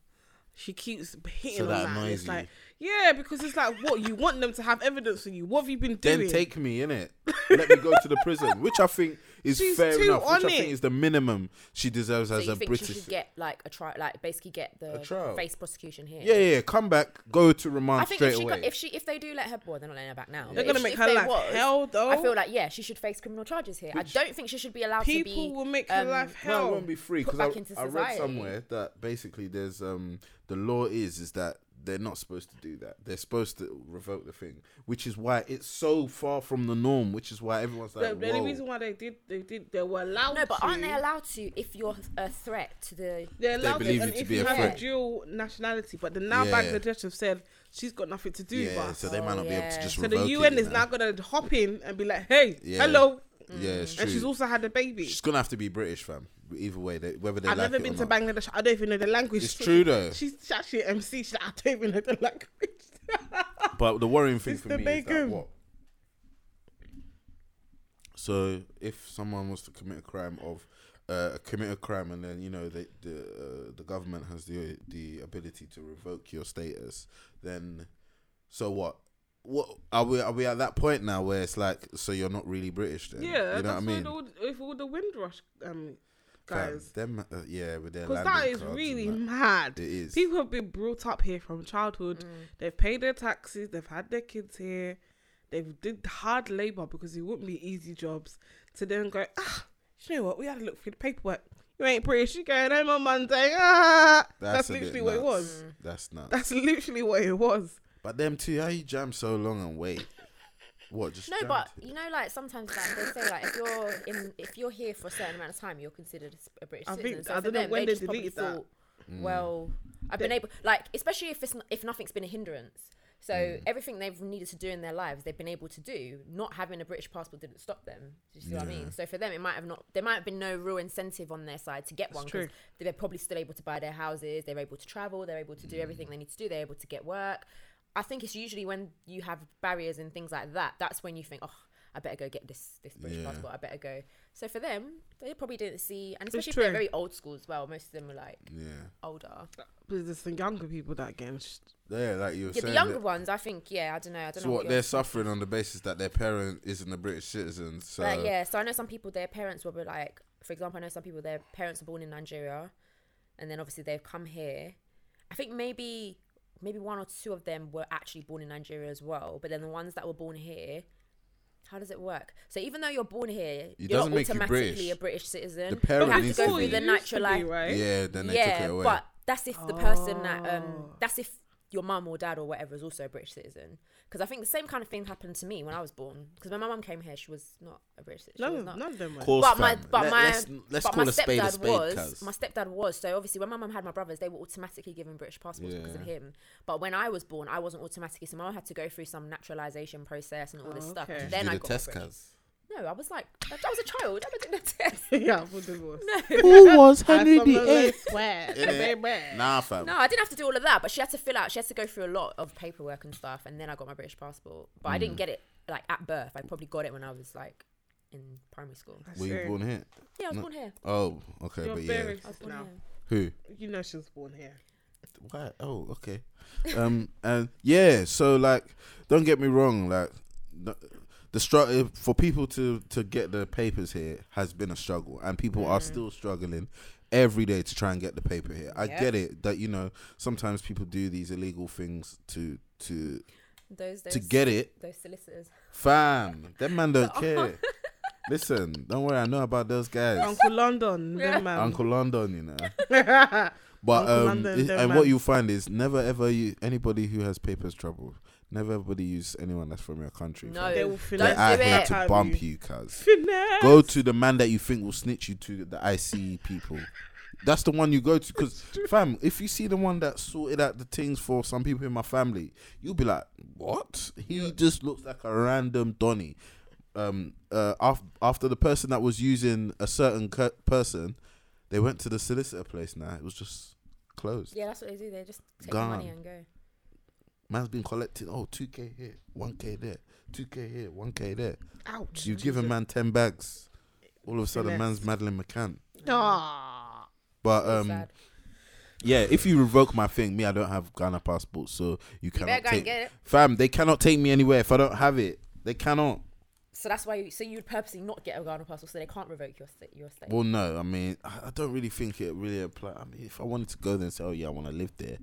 Speaker 2: She keeps hitting
Speaker 3: So
Speaker 2: on
Speaker 3: that
Speaker 2: that. and
Speaker 3: annoys
Speaker 2: It's like,
Speaker 3: you.
Speaker 2: yeah, because it's like, what you want them to have evidence on you? What have you been doing?
Speaker 3: Then take me
Speaker 2: [laughs]
Speaker 3: in it. Let me go to the prison, which I think is
Speaker 2: She's
Speaker 3: fair
Speaker 2: too
Speaker 3: enough. Which
Speaker 2: on
Speaker 3: I think
Speaker 2: it.
Speaker 3: is the minimum she deserves
Speaker 4: So
Speaker 3: as
Speaker 4: you
Speaker 3: a
Speaker 4: think she
Speaker 3: British.
Speaker 4: should get like a trial, like basically get the
Speaker 3: A trial.
Speaker 4: face prosecution here?
Speaker 3: yeah, yeah, yeah. Come back. Go to remand
Speaker 4: I think
Speaker 3: straight
Speaker 4: if she,
Speaker 3: away.
Speaker 4: got, if she if they do let her, well, they're not letting her back now. but
Speaker 2: They're
Speaker 4: if
Speaker 2: gonna
Speaker 4: she-
Speaker 2: make
Speaker 4: if
Speaker 2: her
Speaker 4: they
Speaker 2: life hell, though.
Speaker 4: I feel like yeah, she should face criminal charges here. I don't think she should be allowed to be.
Speaker 2: People will make her
Speaker 4: um,
Speaker 2: life
Speaker 3: No, it
Speaker 2: hell.
Speaker 3: won't be free
Speaker 4: put
Speaker 3: because
Speaker 4: back into
Speaker 3: I, I read
Speaker 4: society.
Speaker 3: somewhere that basically there's um the law is is that they're not supposed to do that. They're supposed to revoke the thing, which is why it's so far from the norm. Which is why everyone's
Speaker 2: the,
Speaker 3: like,
Speaker 2: the only
Speaker 3: "Whoa."
Speaker 2: reason why they did, they did, they were allowed.
Speaker 4: No, but
Speaker 2: to,
Speaker 4: aren't they allowed to if you're a threat to the?
Speaker 2: They're allowed
Speaker 3: believe
Speaker 2: to,
Speaker 3: you
Speaker 2: and
Speaker 3: to
Speaker 2: if
Speaker 3: be
Speaker 2: you
Speaker 3: a
Speaker 2: have
Speaker 3: threat.
Speaker 2: a dual nationality, but then now
Speaker 3: Yeah.
Speaker 2: Bangladesh have said she's got nothing to do with
Speaker 3: yeah,
Speaker 2: us.
Speaker 3: so
Speaker 2: So,
Speaker 3: they might not be able
Speaker 4: yeah.
Speaker 3: to just
Speaker 4: So
Speaker 3: revoke
Speaker 2: the
Speaker 3: it,
Speaker 2: UN
Speaker 3: you
Speaker 2: is
Speaker 3: know?
Speaker 2: now gonna hop in and be like, hey,
Speaker 3: Yeah.
Speaker 2: hello,
Speaker 3: Yeah, it's true.
Speaker 2: and mm, she's also had a baby.
Speaker 3: She's gonna have to be British, fam. Either way, they, whether they
Speaker 2: I've
Speaker 3: like
Speaker 2: never
Speaker 3: it
Speaker 2: been
Speaker 3: or
Speaker 2: to
Speaker 3: not.
Speaker 2: Bangladesh. I don't even know the language.
Speaker 3: It's true though,
Speaker 2: She's [laughs] she's actually an MC. She's like, I don't even know the language.
Speaker 3: but the worrying thing
Speaker 2: It's
Speaker 3: for
Speaker 2: the
Speaker 3: me is that
Speaker 2: bacon.
Speaker 3: what. So if someone was to commit a crime of uh, commit a crime and then you know they, the uh, the government has the the ability to revoke your status, then so what? What are we are we at that point now where it's like so you're not really British then?
Speaker 2: yeah,
Speaker 3: you know what I
Speaker 2: that's
Speaker 3: mean.
Speaker 2: with all, with all the Windrush um,
Speaker 3: Fam,
Speaker 2: guys.
Speaker 3: them uh, yeah, with their
Speaker 2: Because
Speaker 3: landing
Speaker 2: that is
Speaker 3: cards and
Speaker 2: really
Speaker 3: that.
Speaker 2: mad.
Speaker 3: it is.
Speaker 2: People have been brought up here from childhood.
Speaker 4: Mm.
Speaker 2: They've paid their taxes. They've had their kids here. They've did hard labor because it wouldn't be easy jobs. To then go, ah, you know what? We had to look through the paperwork. You ain't British. You going home on Monday. [laughs] Ah, that's,
Speaker 3: a bit
Speaker 2: literally what it
Speaker 3: nuts.
Speaker 2: was. [laughs]
Speaker 3: That's nuts.
Speaker 2: That's literally what it was.
Speaker 3: But them two, how you jam so long and wait? What just
Speaker 4: No,
Speaker 3: jam
Speaker 4: but
Speaker 3: to-
Speaker 4: you know, like sometimes like they say, like if you're in, if you're here for a certain amount of time, you're considered a s- a British
Speaker 2: I
Speaker 4: citizen.
Speaker 2: think-
Speaker 4: so
Speaker 2: I
Speaker 4: for
Speaker 2: don't know
Speaker 4: them,
Speaker 2: when
Speaker 4: they
Speaker 2: they
Speaker 4: just probably
Speaker 2: deleted that.
Speaker 4: thought, Well, I've been able, like especially if it's n- if nothing's been a hindrance. So everything they've needed to do in their lives, they've been able to do. Not having a British passport didn't stop them. Do you see what I mean? So for them, it might have not. There might have been no real incentive on their side to get one
Speaker 2: true.
Speaker 4: because they're probably still able to buy their houses. They're able to travel. They're able to do everything they need to do. They're able to get work. I think it's usually when you have barriers and things like that. That's when you think, oh, I better go get this this British
Speaker 3: Yeah.
Speaker 4: passport. I better go. So for them, they probably didn't see, and
Speaker 2: It's
Speaker 4: especially if they're
Speaker 2: true.
Speaker 4: very old school as well. Most of them were like
Speaker 3: Yeah,
Speaker 4: older.
Speaker 2: But there's the younger people that getting sh-
Speaker 3: yeah, like you were
Speaker 4: Yeah,
Speaker 3: saying.
Speaker 4: the younger
Speaker 3: that-
Speaker 4: ones, I think. Yeah, I don't know. I don't
Speaker 3: so
Speaker 4: know.
Speaker 3: what
Speaker 4: your-
Speaker 3: they're suffering on the basis that their parent isn't a British citizen. So
Speaker 4: Like, yeah, so I know some people, their parents were like, for example, I know some people, their parents were born in Nigeria, and then obviously they've come here. I think maybe maybe one or two of them were actually born in Nigeria as well, but then the ones that were born here, how does it work? So even though you're born here, you're not
Speaker 3: doesn't make you
Speaker 4: automatically
Speaker 3: British.
Speaker 4: a British citizen.
Speaker 3: The parent
Speaker 4: you have to
Speaker 3: needs
Speaker 4: go
Speaker 3: to
Speaker 4: through
Speaker 3: be.
Speaker 4: the
Speaker 3: It
Speaker 4: natural life.
Speaker 2: right?
Speaker 3: yeah, then they
Speaker 4: yeah,
Speaker 3: took it away.
Speaker 4: but that's if the person that um that's if your mum or dad or whatever is also a British citizen. Because I think the same kind of thing happened to me when I was born. Because when my mum came here, she was not a British citizen. she
Speaker 2: No,
Speaker 4: was not.
Speaker 2: none of them.
Speaker 3: Of
Speaker 2: Were.
Speaker 3: course,
Speaker 4: But my
Speaker 3: fam.
Speaker 4: but
Speaker 3: Let-
Speaker 4: my
Speaker 3: let's, let's
Speaker 4: but
Speaker 3: call
Speaker 4: my
Speaker 3: a spade a
Speaker 4: stepdad
Speaker 3: spade,
Speaker 4: was
Speaker 3: cuz.
Speaker 4: my stepdad was so obviously when my mum had my brothers they were automatically given British passports because of
Speaker 3: Yeah.
Speaker 4: him. But when I was born, I wasn't automatically. So my mum had to go through some naturalization process and all this
Speaker 2: Oh,
Speaker 4: stuff.
Speaker 2: okay.
Speaker 4: And
Speaker 2: Did
Speaker 4: then
Speaker 3: you
Speaker 4: I
Speaker 3: do
Speaker 4: got
Speaker 3: the
Speaker 4: my
Speaker 3: test,
Speaker 4: British-
Speaker 3: cuz.
Speaker 4: No, I was like I was a child. I didn't test.
Speaker 2: [laughs] yeah, for divorce.
Speaker 3: Who was
Speaker 2: Swear,
Speaker 3: Innit?
Speaker 2: baby.
Speaker 3: Nah, fam.
Speaker 4: No, I didn't have to do all of that, but she had to fill out. She had to go through a lot of paperwork and stuff, and then I got my British passport. But I
Speaker 3: Mm.
Speaker 4: didn't get it like at birth. I probably got it when I was like in primary school.
Speaker 3: Were you born here?
Speaker 4: Yeah, I was
Speaker 3: No.
Speaker 4: born here.
Speaker 3: Oh, okay,
Speaker 2: Your
Speaker 3: but yeah.
Speaker 2: parents
Speaker 4: I was born
Speaker 2: now.
Speaker 4: here.
Speaker 3: Who?
Speaker 2: You know she was born here.
Speaker 3: Why? Oh, okay. Um, [laughs] and yeah, so like, don't get me wrong, like, the, the struggle for people to to get the papers here has been a struggle, and people are still struggling every day to try and get the paper here. I
Speaker 4: Yep.
Speaker 3: get it that you know sometimes people do these illegal things to to
Speaker 4: Those, those
Speaker 3: to get it,
Speaker 4: those solicitors.
Speaker 3: fam. That man don't
Speaker 4: Oh.
Speaker 3: care. Listen, don't worry. I know about those guys.
Speaker 2: [laughs] Uncle London, them man.
Speaker 3: Uncle London, [laughs] you know.
Speaker 2: That's
Speaker 3: But
Speaker 2: Uncle
Speaker 3: um,
Speaker 2: London,
Speaker 3: it-
Speaker 2: them
Speaker 3: and
Speaker 2: man.
Speaker 3: what you'll find is never ever you, anybody who has papers trouble. Never everybody use anyone that's from your country.
Speaker 4: No,
Speaker 3: fam.
Speaker 2: They will
Speaker 4: don't do
Speaker 2: finish
Speaker 3: they're out here
Speaker 4: it.
Speaker 2: Have
Speaker 3: to bump
Speaker 2: you.
Speaker 3: you, cuz. Go to the man that you think will snitch you to the ICE people. That's the one you go to, because fam, if you see the one that sorted out the things for some people in my family, you'll be like, "What? He just looks like a random Donny." Um, uh, af- after the person that was using a certain cur- person, they went to the solicitor place. Now it was just closed.
Speaker 4: Yeah, that's what they do. They just take the money
Speaker 3: Gone.
Speaker 4: and go.
Speaker 3: Man's been collecting. Oh, 2K here, 1K there, 2K here, 1K there.
Speaker 2: Ouch.
Speaker 3: You give a man 10 bags, all of a sudden,
Speaker 2: Finesse.
Speaker 3: man's Madeline McCann.
Speaker 2: Ah.
Speaker 3: But
Speaker 4: It's
Speaker 3: um,
Speaker 4: sad.
Speaker 3: yeah, if you revoke my thing, me, I don't have Ghana passport, so you
Speaker 4: You
Speaker 3: cannot
Speaker 4: better go and
Speaker 3: take.
Speaker 4: get it.
Speaker 3: Fam, they cannot take me anywhere if I don't have it. They cannot.
Speaker 4: So that's why. You, so you'd purposely not get a Ghana passport, so they can't revoke your sta- your stay.
Speaker 3: Well, no, I mean, I I don't really think it really apply. I mean, if I wanted to go there and say, oh yeah, I want to live there,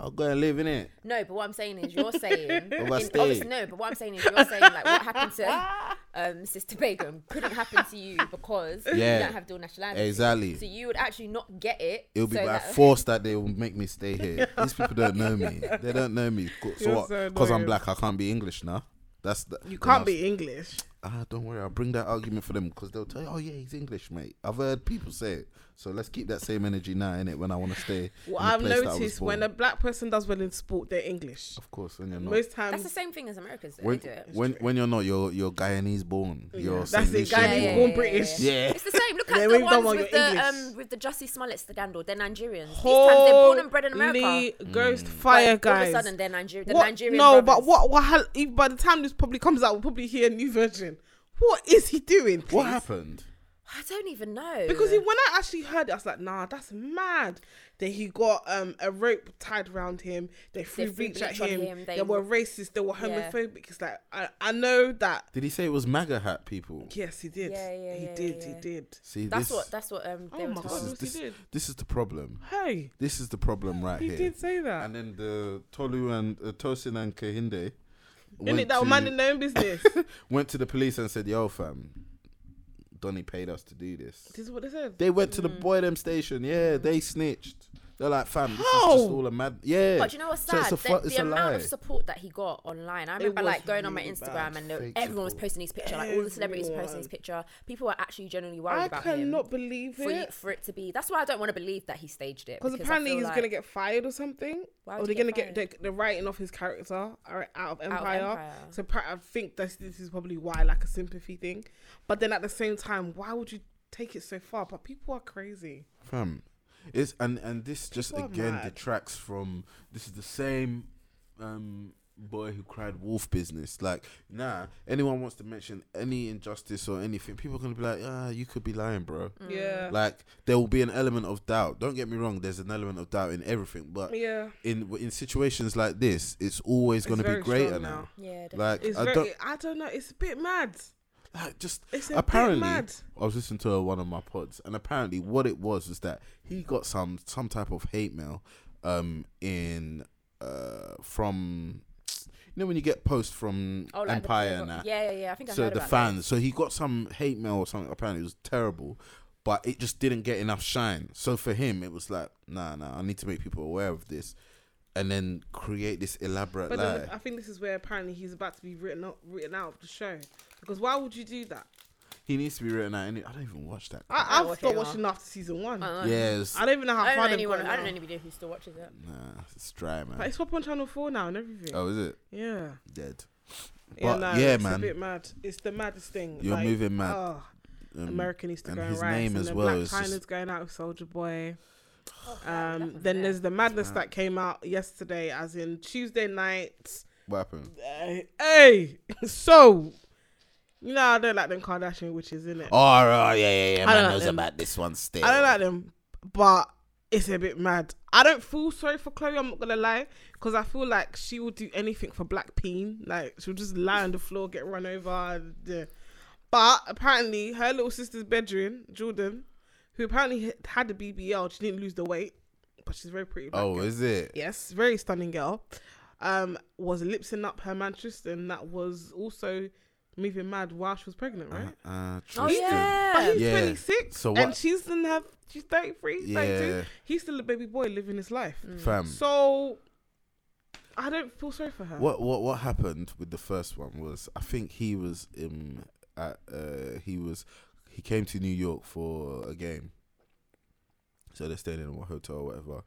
Speaker 3: I'll go and live in it.
Speaker 4: no, but what I'm saying is,
Speaker 3: [laughs]
Speaker 4: you're saying. in-
Speaker 3: stay.
Speaker 4: obviously, no, but what I'm saying is, you're saying like what happened to
Speaker 3: [laughs]
Speaker 4: um, Sister Begum couldn't happen to you because you
Speaker 3: Yeah.
Speaker 4: don't have dual nationality.
Speaker 3: Exactly.
Speaker 4: So you would actually not get it.
Speaker 3: It'll be
Speaker 4: so
Speaker 3: by
Speaker 4: that-
Speaker 3: force that they will make me stay here.
Speaker 4: [laughs]
Speaker 3: These people don't know me. They don't know me. Co- So
Speaker 2: You're
Speaker 3: what?
Speaker 2: so
Speaker 3: Because I'm
Speaker 2: annoying.
Speaker 3: black, I can't be English now. That's the,
Speaker 2: You
Speaker 3: then
Speaker 2: can't
Speaker 3: I'll-
Speaker 2: be English.
Speaker 3: Ah, don't worry. I'll bring that argument for them because they'll tell you, "Oh yeah, he's English, mate." I've heard people say it. So let's keep that same energy now, innit? When I want
Speaker 2: [laughs]
Speaker 3: to stay.
Speaker 2: What
Speaker 3: in the
Speaker 2: I've
Speaker 3: place that I was
Speaker 2: noticed
Speaker 3: born.
Speaker 2: when a black person does well in sport, they're English.
Speaker 3: of course, when you're not,
Speaker 2: Most
Speaker 4: That's the
Speaker 2: times,
Speaker 4: same thing as Americans. Though.
Speaker 3: when
Speaker 4: they do it.
Speaker 3: when, when you're not, you're you're Guyanese born. You're
Speaker 2: that's
Speaker 3: Saint
Speaker 2: it,
Speaker 3: Lucian
Speaker 2: Guyanese
Speaker 3: born.
Speaker 2: born British.
Speaker 3: Yeah.
Speaker 4: It's the
Speaker 2: [laughs]
Speaker 4: same. Look
Speaker 2: And then
Speaker 4: at the
Speaker 2: when you don't
Speaker 4: ones
Speaker 2: want
Speaker 4: with
Speaker 2: your
Speaker 4: the
Speaker 2: English.
Speaker 4: um with the Jussie Smollett scandal. They're Nigerians. These times they're born and bred in America.
Speaker 2: Holy
Speaker 3: Mm.
Speaker 2: Ghost
Speaker 4: but
Speaker 2: fire,
Speaker 4: All of
Speaker 2: guys.
Speaker 4: a sudden they're Nigerian. They're
Speaker 2: what?
Speaker 4: Nigerian.
Speaker 2: no, but
Speaker 4: brothers.
Speaker 2: what? What? hal- if By the time this probably comes out, we'll probably hear a new version. What is he doing? please?
Speaker 3: What happened?
Speaker 4: I don't even know.
Speaker 2: Because he, when I actually heard it, I was like, nah, that's mad. Then he got um, a rope tied around him. They threw
Speaker 4: threw
Speaker 2: bleach at
Speaker 4: bleach on
Speaker 2: him.
Speaker 4: him,
Speaker 2: They,
Speaker 4: they-
Speaker 2: were racist. They were
Speaker 4: Yeah.
Speaker 2: homophobic. It's like, I, I know that.
Speaker 3: Did he say it was MAGA hat people?
Speaker 2: Yes, he did.
Speaker 4: Yeah, yeah,
Speaker 2: he
Speaker 4: yeah,
Speaker 2: did.
Speaker 4: yeah.
Speaker 2: He did.
Speaker 3: See,
Speaker 4: that's
Speaker 3: this,
Speaker 4: what that's what um. They
Speaker 2: Oh
Speaker 4: were
Speaker 2: my
Speaker 4: told.
Speaker 3: this
Speaker 2: God.
Speaker 3: is
Speaker 2: Yes, he
Speaker 3: this,
Speaker 2: did.
Speaker 3: this is the problem.
Speaker 2: Hey,
Speaker 3: This is the problem right
Speaker 2: he
Speaker 3: here.
Speaker 2: did say that.
Speaker 3: And then the Tolu and uh, Tosin and
Speaker 2: Isn't
Speaker 3: Kahinde
Speaker 2: it
Speaker 3: went
Speaker 2: that
Speaker 3: to,
Speaker 2: were minding their own
Speaker 3: [coughs]
Speaker 2: business?
Speaker 3: [laughs] went to the police and said, "Yo, fam, Donny paid us to do this."
Speaker 2: this is what they said.
Speaker 3: They went to the
Speaker 4: Mm.
Speaker 3: boy them station. Yeah, they snitched. They're like, "Fam, this
Speaker 2: How?
Speaker 3: is just all a mad." Yeah.
Speaker 4: But do you know what's
Speaker 3: So
Speaker 4: sad?
Speaker 3: it's a fu-
Speaker 4: the
Speaker 3: it's
Speaker 4: the
Speaker 3: a
Speaker 4: amount of
Speaker 3: lie.
Speaker 4: support that he got online. I remember
Speaker 2: was
Speaker 4: like going on my
Speaker 2: really
Speaker 4: Instagram
Speaker 2: bad.
Speaker 4: and the,
Speaker 3: Fake
Speaker 4: everyone was
Speaker 3: support.
Speaker 4: posting these pictures. Like all the celebrities were posting these
Speaker 2: Everyone.
Speaker 4: pictures. People were actually genuinely worried
Speaker 2: I
Speaker 4: about
Speaker 2: cannot
Speaker 4: him.
Speaker 2: believe
Speaker 4: For it,
Speaker 2: it.
Speaker 4: for it to be, that's why I don't want to believe that he staged it.
Speaker 2: Because
Speaker 4: I
Speaker 2: apparently
Speaker 4: feel
Speaker 2: he's
Speaker 4: like
Speaker 2: gonna get fired or something,
Speaker 4: Why
Speaker 2: or
Speaker 4: would
Speaker 2: they're
Speaker 4: he
Speaker 2: gonna
Speaker 4: get
Speaker 2: get the, the writing of his character all right, out of Empire.
Speaker 4: Empire.
Speaker 2: So pra- I think this, this is probably why, like a sympathy thing. But then at the same time, why would you take it so far? But people are crazy.
Speaker 3: fam. It's and and this just
Speaker 2: People are
Speaker 3: again
Speaker 2: mad.
Speaker 3: detracts from this is the same um boy who cried wolf business. Like nah, anyone wants to mention any injustice or anything, people are gonna be like, ah, you could be lying, bro.
Speaker 4: Mm.
Speaker 2: Yeah.
Speaker 3: Like there will be an element of doubt. Don't get me wrong. There's an element of doubt in everything, but
Speaker 2: yeah.
Speaker 3: in in situations like this, it's always going to be
Speaker 2: very
Speaker 3: greater
Speaker 2: strong
Speaker 3: now.
Speaker 4: Yeah,
Speaker 3: Like
Speaker 2: It's
Speaker 3: I
Speaker 2: very.
Speaker 3: don't
Speaker 2: I don't know. It's a bit mad.
Speaker 3: like, just
Speaker 2: It's a
Speaker 3: apparently.
Speaker 2: bit mad.
Speaker 3: I was listening to one of my pods, and apparently, what it was was that he got some some type of hate mail, um, in uh from you know when you get posts from
Speaker 4: Oh, like the
Speaker 3: Empire
Speaker 4: people
Speaker 3: and
Speaker 4: got-
Speaker 3: that.
Speaker 4: Yeah, yeah, yeah. I think I
Speaker 3: so
Speaker 4: heard
Speaker 3: the
Speaker 4: about
Speaker 3: fans. So he got some hate mail or something. Apparently, it was terrible, but it just didn't get enough shine. So for him, it was like, nah, nah, I need to make people aware of this, and then create this elaborate
Speaker 2: But
Speaker 3: lie.
Speaker 2: then uh, I think this is where apparently he's about to be written out, written out of the show. Because why would you do that?
Speaker 3: he needs to be written out. And I don't even watch that.
Speaker 2: I,
Speaker 4: I
Speaker 2: I've
Speaker 4: watch it
Speaker 2: stopped
Speaker 4: now.
Speaker 2: watching after season one.
Speaker 4: Uh,
Speaker 3: yes,
Speaker 2: I don't even know how far
Speaker 4: I don't know
Speaker 2: they've
Speaker 4: anyone.
Speaker 2: gone.
Speaker 4: I don't know
Speaker 2: now.
Speaker 4: anybody who still watches it.
Speaker 3: nah, it's dry,
Speaker 2: But
Speaker 3: man.
Speaker 2: it's up on Channel Four now and everything.
Speaker 3: Oh, is it
Speaker 2: Yeah.
Speaker 3: dead?
Speaker 2: yeah,
Speaker 3: But,
Speaker 2: no,
Speaker 3: yeah,
Speaker 2: it's
Speaker 3: man.
Speaker 2: a bit mad. It's the maddest thing.
Speaker 3: You're
Speaker 2: like,
Speaker 3: moving mad.
Speaker 2: oh,
Speaker 3: Um,
Speaker 2: America needs to
Speaker 3: and
Speaker 2: go and
Speaker 3: his
Speaker 2: riot.
Speaker 3: name
Speaker 2: and
Speaker 3: as
Speaker 2: then
Speaker 3: well
Speaker 2: Black
Speaker 3: is just-
Speaker 2: China's going out with Soldier Boy. [sighs]
Speaker 4: Oh, yeah,
Speaker 2: Um,
Speaker 4: that
Speaker 2: then
Speaker 4: was
Speaker 2: there's
Speaker 4: it.
Speaker 2: the madness
Speaker 3: mad.
Speaker 2: that came out yesterday, as in Tuesday night.
Speaker 3: What happened?
Speaker 2: Uh, hey, [laughs] so you know I don't like them Kardashian witches, innit?
Speaker 3: Oh, right, yeah, yeah, yeah.
Speaker 2: I
Speaker 3: Man
Speaker 2: don't
Speaker 3: knows
Speaker 2: know.
Speaker 3: about this one still.
Speaker 2: I don't like them, but it's a bit mad. I don't feel sorry for Chloe. I'm not gonna lie, because I feel like she will do anything for Black Peen. Like she'll just lie on the floor, get run over. and, yeah. But apparently, her little sister's bedroom, Jordan, who apparently h- had a BBL, she didn't lose the weight, but she's a very pretty. black
Speaker 3: Oh,
Speaker 2: girl.
Speaker 3: is it?
Speaker 2: yes, very stunning girl. um, was lipsing up her man Tristan that was also moving mad while she was pregnant, right?
Speaker 3: Uh, uh,
Speaker 4: Oh
Speaker 3: Tristan.
Speaker 2: But
Speaker 4: yeah.
Speaker 2: he's
Speaker 3: Yeah.
Speaker 2: 26
Speaker 3: So
Speaker 2: and
Speaker 3: what-
Speaker 2: she's in her, she's 33,
Speaker 3: Yeah, Mm.
Speaker 2: 32. He's still a baby boy living his life.
Speaker 4: Mm.
Speaker 3: fam.
Speaker 2: So I don't feel sorry for her.
Speaker 3: What what what happened with the first one was I think he was um at, uh he was he came to New York for a game. So they're staying in a hotel or whatever,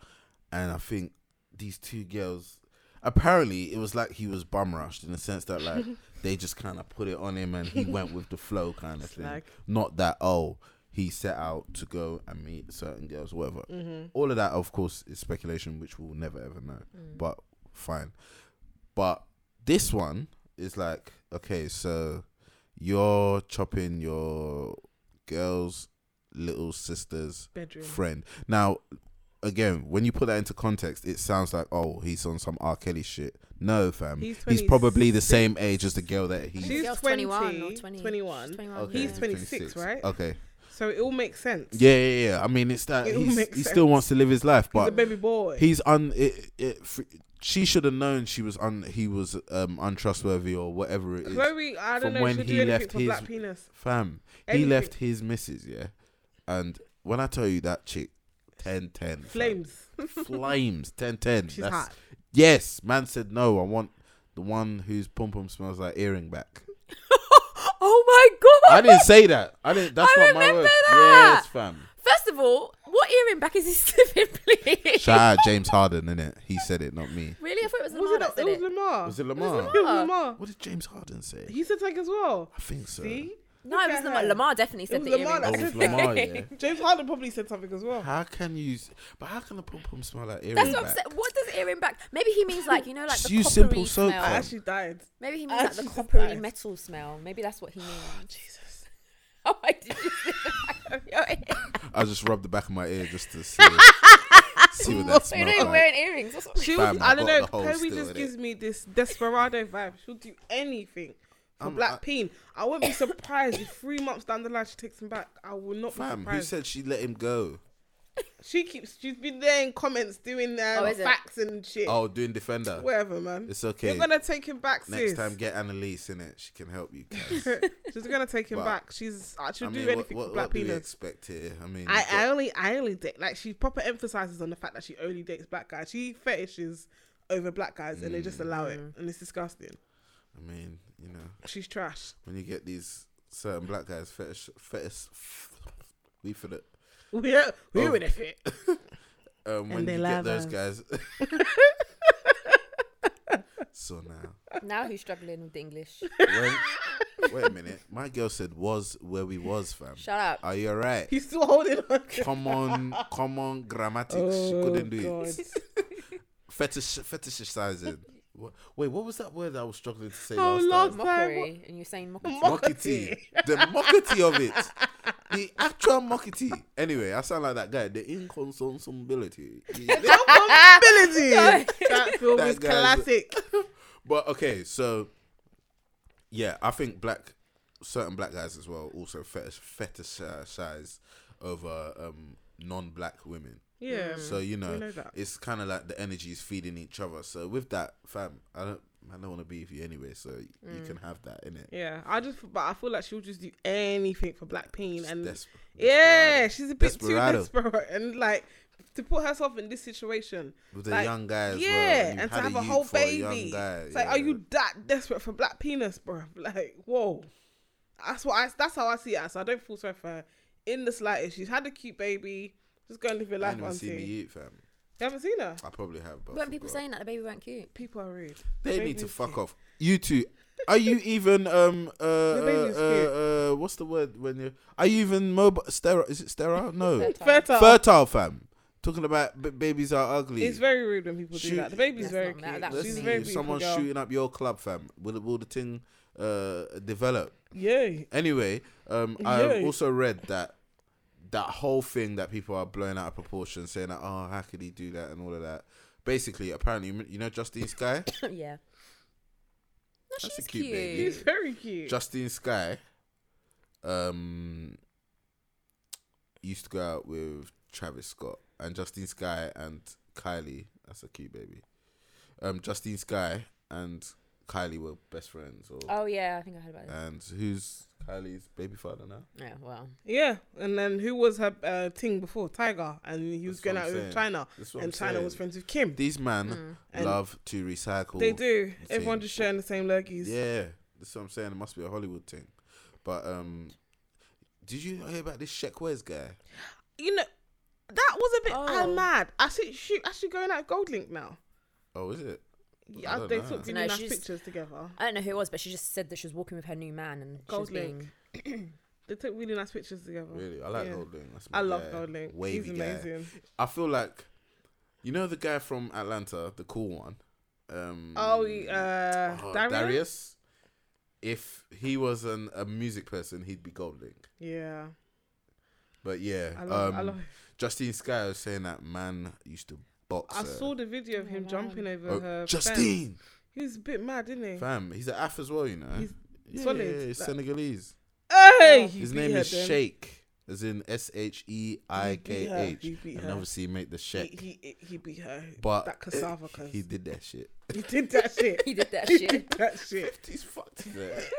Speaker 3: and I think these two girls. Apparently, it was like he was bum rushed in the sense that like they just kind of put it on him and he went with the flow
Speaker 2: [laughs]
Speaker 3: kind of thing.
Speaker 2: Slag.
Speaker 3: Not that oh he set out to go and meet certain girls, whatever.
Speaker 2: mm-hmm.
Speaker 3: All of that, of course, is speculation, which we'll never ever know.
Speaker 2: Mm.
Speaker 3: But fine. But this one is like, okay, so you're chopping your girl's little sister's
Speaker 2: Bedroom.
Speaker 3: friend. Now, again, when you put that into context, it sounds like, oh, he's on some R. Kelly shit. No, fam.
Speaker 2: He's
Speaker 3: He's, probably the same age as the girl that
Speaker 4: I
Speaker 3: he.
Speaker 4: think the
Speaker 2: She's
Speaker 4: girl's
Speaker 2: 20,
Speaker 4: 21 or 20.
Speaker 2: 21.
Speaker 4: She's 21
Speaker 3: Okay,
Speaker 2: He's
Speaker 4: yeah.
Speaker 2: 26, right?
Speaker 3: Okay.
Speaker 2: So it all makes sense.
Speaker 3: Yeah, yeah, yeah. I mean, it's that
Speaker 2: It all
Speaker 3: he's-
Speaker 2: makes
Speaker 3: he still wants to live his life,
Speaker 2: He's a
Speaker 3: but
Speaker 2: baby boy.
Speaker 3: he's un. It, it, fr- she should have known she was un. He was um untrustworthy or whatever it is.
Speaker 2: Chloe, I
Speaker 3: from
Speaker 2: don't know
Speaker 3: when
Speaker 2: if she'll
Speaker 3: he
Speaker 2: do anything
Speaker 3: left
Speaker 2: for
Speaker 3: his-
Speaker 2: Black Penis.
Speaker 3: Fam,
Speaker 2: Anything.
Speaker 3: he left his missus, yeah. And when I tell you that chick, 10 10.
Speaker 2: Flames.
Speaker 3: [laughs] Flames, 10 10.
Speaker 2: She's hot.
Speaker 3: Yes, man said no. I want the one whose pom pom smells like earring back.
Speaker 4: [laughs] oh my god!
Speaker 3: I didn't say that. I
Speaker 2: [laughs]
Speaker 3: didn't. That's
Speaker 4: I
Speaker 3: not my
Speaker 4: remember
Speaker 3: words.
Speaker 4: that.
Speaker 3: Yes, fam.
Speaker 4: First of all, what earring back is he [laughs] sniffing, please?
Speaker 3: Shout out James Harden, innit? He said it, not me.
Speaker 4: Really? I thought it was
Speaker 2: Was
Speaker 4: Lamar
Speaker 2: it,
Speaker 4: that
Speaker 2: not-
Speaker 4: said
Speaker 2: it
Speaker 4: it.
Speaker 2: was Lamar. [laughs]
Speaker 3: Was it Lamar?
Speaker 2: It was Lamar.
Speaker 3: What did James Harden say?
Speaker 2: He said tag as well.
Speaker 3: I think so.
Speaker 2: See?
Speaker 4: No, it was
Speaker 2: Okay.
Speaker 4: Lamar. Lamar definitely said
Speaker 2: was
Speaker 4: the
Speaker 2: Lamar
Speaker 4: earring
Speaker 3: Oh,
Speaker 2: that
Speaker 4: back.
Speaker 3: it was
Speaker 2: said that.
Speaker 3: Lamar, yeah.
Speaker 2: [laughs] James Harden probably said something as well.
Speaker 3: How can you? s- But how can the pom pom smell like earring
Speaker 4: That's
Speaker 3: back?
Speaker 4: what I'm saying. What does earring back? Maybe he means like you know, like
Speaker 3: Just
Speaker 4: the
Speaker 3: use
Speaker 4: coppery
Speaker 3: simple soap,
Speaker 2: I
Speaker 4: smell.
Speaker 3: fam.
Speaker 2: actually died.
Speaker 4: Maybe he means like the
Speaker 2: Actually,
Speaker 4: coppery
Speaker 2: nice.
Speaker 4: metal smell. Maybe that's what he means. [laughs]
Speaker 2: Jesus.
Speaker 4: oh, I did you sniff the back of your ear?
Speaker 3: I just rubbed the back of my ear just to see, see
Speaker 4: [laughs]
Speaker 3: what that
Speaker 4: So you
Speaker 3: smells
Speaker 4: know you're
Speaker 3: like.
Speaker 4: wearing earrings. What's wrong with
Speaker 2: She
Speaker 4: you?
Speaker 2: was,
Speaker 3: Fam, I
Speaker 2: I don't
Speaker 3: got
Speaker 2: know.
Speaker 3: the hole
Speaker 2: Chloe
Speaker 3: still
Speaker 2: just
Speaker 3: in
Speaker 2: gives me this desperado vibe. She'll do anything for
Speaker 3: Um, I-
Speaker 2: Black Peen. I won't be surprised if three months down the line she takes him back. I will not be
Speaker 3: Fam, who
Speaker 2: surprised.
Speaker 3: said she let him go?
Speaker 2: she keeps. She's been there in comments doing uh,
Speaker 4: Oh, is it?
Speaker 2: facts and shit.
Speaker 3: Oh, doing defender.
Speaker 2: Whatever, man.
Speaker 3: It's okay.
Speaker 2: You're gonna take him back,
Speaker 3: Next
Speaker 2: sis.
Speaker 3: time, get Annalise in it. She can help you. guys.
Speaker 2: [laughs] she's gonna take him
Speaker 3: But-
Speaker 2: back. She's. uh, She'll
Speaker 3: I
Speaker 2: do
Speaker 3: mean, what,
Speaker 2: anything
Speaker 3: what,
Speaker 2: for Black
Speaker 3: what do we
Speaker 2: Penis.
Speaker 3: expect here? I mean,
Speaker 2: I,
Speaker 3: you've
Speaker 2: I
Speaker 3: got-
Speaker 2: only I only date like she proper emphasizes on the fact that she only dates black guys. She fetishes over black guys and they just
Speaker 3: Mm.
Speaker 2: allow it and it's disgusting.
Speaker 3: I mean, you know,
Speaker 2: She's trash.
Speaker 3: when you get these certain black guys fetish, fetish, we for the
Speaker 2: We are we
Speaker 3: Oh.
Speaker 2: would have fit. [laughs]
Speaker 3: um, when
Speaker 2: they
Speaker 3: you
Speaker 2: lie
Speaker 3: get those
Speaker 2: about
Speaker 3: guys.
Speaker 4: [laughs]
Speaker 3: so now,
Speaker 4: Now who's struggling with
Speaker 3: [laughs]
Speaker 4: the English?
Speaker 3: when, wait a minute. My girl said was where we was, fam.
Speaker 4: Shut up.
Speaker 3: Are you alright?
Speaker 2: He's still holding on.
Speaker 3: Come on, come on, grammatics. she
Speaker 2: Oh,
Speaker 3: couldn't do it.
Speaker 2: God.
Speaker 3: Fetish, fetishizing. Wha- Wait, what was that word I was struggling to say
Speaker 2: Oh,
Speaker 3: last
Speaker 2: Lord.
Speaker 3: time?
Speaker 4: Mockery, and you're saying mockery.
Speaker 3: Mockety. the mockety of it. The actual mockety. Anyway, I sound like that guy. The inconsolability. The-
Speaker 2: [laughs] Ability. that film
Speaker 3: Oh, That
Speaker 2: is
Speaker 3: guy's-
Speaker 2: classic.
Speaker 3: but okay, so yeah, I think black, certain black guys as well, also fetish fetishize over um, non-black women.
Speaker 2: Yeah.
Speaker 3: Mm. So you know,
Speaker 2: Mm, know that.
Speaker 3: it's kind of like the energy is feeding each other. So with that, fam, I don't, I don't want to be with you anyway. So y you can have that in it.
Speaker 2: Mm. Yeah. I just but I feel like she'll just do anything for black peen and yeah,
Speaker 3: yeah,
Speaker 2: she's a bit
Speaker 3: Desperado.
Speaker 2: too desperate and like to put herself in this situation.
Speaker 3: with a
Speaker 2: like,
Speaker 3: young guy as well.
Speaker 2: yeah,
Speaker 3: you
Speaker 2: and to
Speaker 3: had
Speaker 2: have a
Speaker 3: youth
Speaker 2: whole
Speaker 3: for young
Speaker 2: baby.
Speaker 3: guy,
Speaker 2: it's like, are
Speaker 3: yeah.
Speaker 2: you that desperate for black penis, bro? [laughs] Like, whoa. That's what I. That's how I see it. So I don't feel sorry for her in the slightest. She's had a cute baby. Just go and live your
Speaker 3: I
Speaker 2: life,
Speaker 3: haven't even seen the
Speaker 2: auntie. You
Speaker 3: youth, fam.
Speaker 2: haven't seen her.
Speaker 3: I probably have, but I
Speaker 4: Weren't people
Speaker 3: forgot.
Speaker 4: saying that the baby weren't cute?
Speaker 2: People are rude.
Speaker 3: they need to
Speaker 2: baby's
Speaker 3: fuck
Speaker 2: cute.
Speaker 3: off? You two, are you even um uh,
Speaker 2: baby's
Speaker 3: uh, uh, uh what's the word when you are you even mobile sterile? Is it sterile? No,
Speaker 2: [laughs] Fertile.
Speaker 3: fertile, fam. Talking about b- babies are ugly.
Speaker 2: It's very rude when people
Speaker 3: Shoot.
Speaker 2: do that. The baby's
Speaker 4: That's
Speaker 2: very cute.
Speaker 4: not- that- that was
Speaker 2: She's a
Speaker 3: Listen,
Speaker 4: mean.
Speaker 2: very
Speaker 3: if
Speaker 2: beautiful
Speaker 3: someone's
Speaker 2: girl.
Speaker 3: shooting up your club, fam, will, will the thing uh, develop?
Speaker 2: Yeah.
Speaker 3: Anyway, um, I
Speaker 2: Yeah.
Speaker 3: also read that that whole thing that people are blowing out of proportion, saying that oh, how could he do that and all of that. Basically, apparently, you know Justine Sky.
Speaker 4: [coughs] yeah. No,
Speaker 3: That's a
Speaker 4: she's
Speaker 3: cute
Speaker 4: cute.
Speaker 3: baby.
Speaker 2: She's very cute.
Speaker 3: Justine Sky, um, used to go out with Travis Scott and Justine Sky and Kylie. That's a cute baby. um, Justine Sky and Kylie were best friends. Or
Speaker 4: Oh yeah, I think I heard about this.
Speaker 3: and who's Kylie's baby father now?
Speaker 4: yeah, [laughs] well,
Speaker 2: Yeah, and then who was her uh, thing before Tiger, and he was
Speaker 3: That's
Speaker 2: going
Speaker 3: what
Speaker 2: out
Speaker 3: I'm
Speaker 2: with
Speaker 3: saying.
Speaker 2: China,
Speaker 3: That's what
Speaker 2: and
Speaker 3: I'm
Speaker 2: China
Speaker 3: saying.
Speaker 2: was friends with Kim.
Speaker 3: These men
Speaker 4: Mm.
Speaker 2: And
Speaker 3: love to recycle.
Speaker 2: They do. Everyone
Speaker 3: things.
Speaker 2: just sharing the same lurgies.
Speaker 3: Yeah, that's what I'm saying. It must be a Hollywood thing. But um, did you hear about this Sheck Wes guy?
Speaker 2: You know, that was a bit uh,
Speaker 4: Oh.
Speaker 2: mad. I see she actually going out with Goldlink now.
Speaker 3: Oh, is it?
Speaker 2: Yeah,
Speaker 3: don't
Speaker 2: they
Speaker 3: know.
Speaker 2: took really
Speaker 4: No,
Speaker 2: nice
Speaker 4: she's-
Speaker 2: pictures together.
Speaker 4: I don't know who it was, but she just said that she was walking with her new man and she was
Speaker 2: Goldlink.
Speaker 4: being
Speaker 2: [clears throat] They took really nice pictures together.
Speaker 3: Really, I like
Speaker 2: Mm. Yeah.
Speaker 3: Goldlink. That's my
Speaker 2: I love
Speaker 3: guy.
Speaker 2: Goldlink.
Speaker 3: Wavy
Speaker 2: He's
Speaker 3: guy.
Speaker 2: amazing.
Speaker 3: I feel like, you know, the guy from Atlanta, the cool one. Um,
Speaker 2: Oh, he- uh,
Speaker 3: oh,
Speaker 2: Dario?
Speaker 3: Darius. If he was an, a music person, he'd be Goldlink.
Speaker 2: Yeah,
Speaker 3: But yeah,
Speaker 2: I love.
Speaker 3: um,
Speaker 2: I love.
Speaker 3: Justine Sky was saying that man used to box.
Speaker 2: I
Speaker 3: her.
Speaker 2: saw the video of him
Speaker 4: Oh,
Speaker 2: jumping over
Speaker 3: Oh,
Speaker 2: her. fence.
Speaker 3: Justine,
Speaker 2: he was a bit mad, didn't he?
Speaker 3: fam, he's an Af as well, you know.
Speaker 2: He's
Speaker 3: yeah,
Speaker 2: solid.
Speaker 3: yeah, he's
Speaker 2: Like-
Speaker 3: Senegalese.
Speaker 2: Hey,
Speaker 4: Oh.
Speaker 2: he
Speaker 3: His
Speaker 2: beat
Speaker 3: name
Speaker 2: her
Speaker 3: is
Speaker 2: then.
Speaker 3: Sheikh, as in S H E I
Speaker 2: He beat her.
Speaker 3: K
Speaker 2: He
Speaker 3: H,
Speaker 2: beat
Speaker 3: and
Speaker 2: her.
Speaker 3: obviously he made the
Speaker 2: He,
Speaker 3: Sheikh.
Speaker 2: he he beat her.
Speaker 3: But
Speaker 2: that cassava
Speaker 3: eh,
Speaker 2: cuz.
Speaker 3: he did that shit.
Speaker 2: He did
Speaker 4: [laughs]
Speaker 2: that shit.
Speaker 4: he did
Speaker 2: [laughs]
Speaker 4: that
Speaker 2: he did
Speaker 4: shit.
Speaker 2: that shit.
Speaker 3: Fifty's fucked.
Speaker 2: [laughs]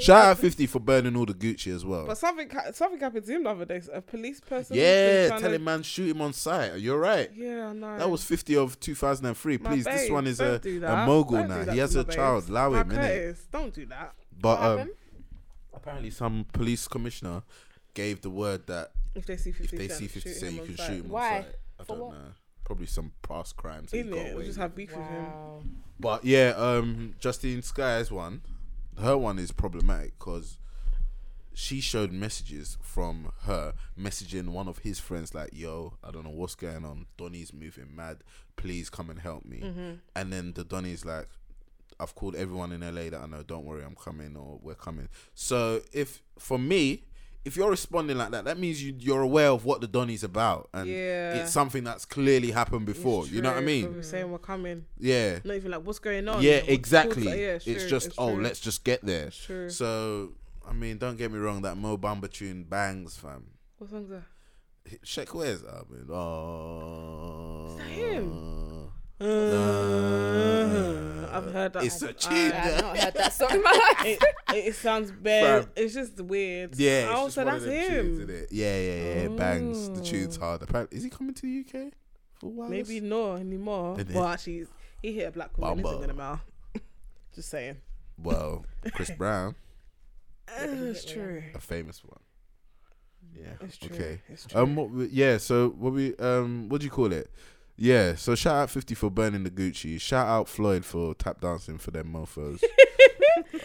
Speaker 3: Shout out Fifty for burning all the Gucci as well.
Speaker 2: But something ha- something happened to him the other day. A police person.
Speaker 3: yeah,
Speaker 2: was trying
Speaker 3: tell
Speaker 2: to-
Speaker 3: him man, shoot him on sight. You're right.
Speaker 2: Yeah, I know.
Speaker 3: That was Fifty of 2003.
Speaker 2: My
Speaker 3: Please, this
Speaker 2: babe,
Speaker 3: one is
Speaker 2: don't
Speaker 3: a,
Speaker 2: do
Speaker 3: a
Speaker 2: that.
Speaker 3: mogul
Speaker 2: Don't do
Speaker 3: now.
Speaker 2: that
Speaker 3: He
Speaker 2: to
Speaker 3: has
Speaker 2: my
Speaker 3: a
Speaker 2: babes.
Speaker 3: child. Allow
Speaker 2: My
Speaker 3: him, innit?
Speaker 2: Curtis, Don't do that.
Speaker 3: But
Speaker 4: What
Speaker 3: um,
Speaker 4: happened?
Speaker 3: apparently, some police commissioner gave the word that
Speaker 2: If they see
Speaker 3: if
Speaker 2: fifty,
Speaker 3: they
Speaker 2: cent,
Speaker 3: see 50
Speaker 2: shoot
Speaker 3: Cent,
Speaker 2: him
Speaker 3: you
Speaker 2: on
Speaker 3: can
Speaker 2: sight.
Speaker 3: shoot him
Speaker 4: Why?
Speaker 3: on sight. I
Speaker 4: For
Speaker 3: don't
Speaker 4: what?
Speaker 3: know. Probably some past crimes. that he
Speaker 2: In
Speaker 3: got
Speaker 2: it, we
Speaker 3: away
Speaker 2: just
Speaker 3: with.
Speaker 2: have beef with him.
Speaker 4: Wow.
Speaker 3: But yeah, um, Justine Sky's one, her one is problematic because she showed messages from her messaging one of his friends like, "Yo, I don't know what's going on. Donny's moving mad. Please come and help me."
Speaker 2: Mm-hmm.
Speaker 3: And then the Donny's like, "I've called everyone in LA that I know. Don't worry, I'm coming or we're coming." So if for me. If you're responding like that, that means you, you're aware of what the Donny's about, and
Speaker 2: Yeah.
Speaker 3: it's something that's clearly happened
Speaker 2: It's
Speaker 3: before. You know what I
Speaker 2: true,
Speaker 3: mean?
Speaker 2: probably saying we're coming.
Speaker 3: Yeah.
Speaker 2: Not even like what's going on.
Speaker 3: Yeah,
Speaker 2: Like, what's-
Speaker 3: exactly.
Speaker 2: what's- Oh, yeah,
Speaker 3: it's
Speaker 2: true,
Speaker 3: just
Speaker 2: it's
Speaker 3: oh,
Speaker 2: true.
Speaker 3: let's just get there.
Speaker 2: It's true.
Speaker 3: So I mean, don't get me wrong. That Mo Bamba tune bangs, fam.
Speaker 2: What song's
Speaker 3: [laughs]
Speaker 2: that?
Speaker 3: Check where's up and oh.
Speaker 2: Is that him?
Speaker 3: Uh,
Speaker 2: I've heard that.
Speaker 3: It's a
Speaker 2: I-
Speaker 3: tune.
Speaker 4: I have not heard that song [laughs] in my
Speaker 2: [laughs]
Speaker 4: life.
Speaker 2: it, it sounds bad.
Speaker 3: Fam.
Speaker 2: It's just weird.
Speaker 3: Yeah, it's
Speaker 2: Oh,
Speaker 3: just
Speaker 2: so
Speaker 3: one of
Speaker 2: that's
Speaker 3: them tunes,
Speaker 2: him. Oh.
Speaker 3: innit? Yeah, yeah, yeah. Bangs. The tune's hard. Apparently, is he coming to the UK for a while?
Speaker 2: Maybe not anymore.
Speaker 3: Isn't it?
Speaker 2: Well, actually, he hit a black woman. Isn't
Speaker 3: Bamba.
Speaker 2: gonna matter. [laughs] Just saying.
Speaker 3: Well, Chris Brown,
Speaker 2: It's true.
Speaker 3: a famous one. Yeah.
Speaker 2: It's true.
Speaker 3: Okay.
Speaker 2: It's true.
Speaker 3: Um. What we, yeah. So what we um. What do you call it? Yeah. So shout out Fifty for burning the Gucci. Shout out Floyd for tap dancing for
Speaker 2: [laughs]
Speaker 3: them mofos.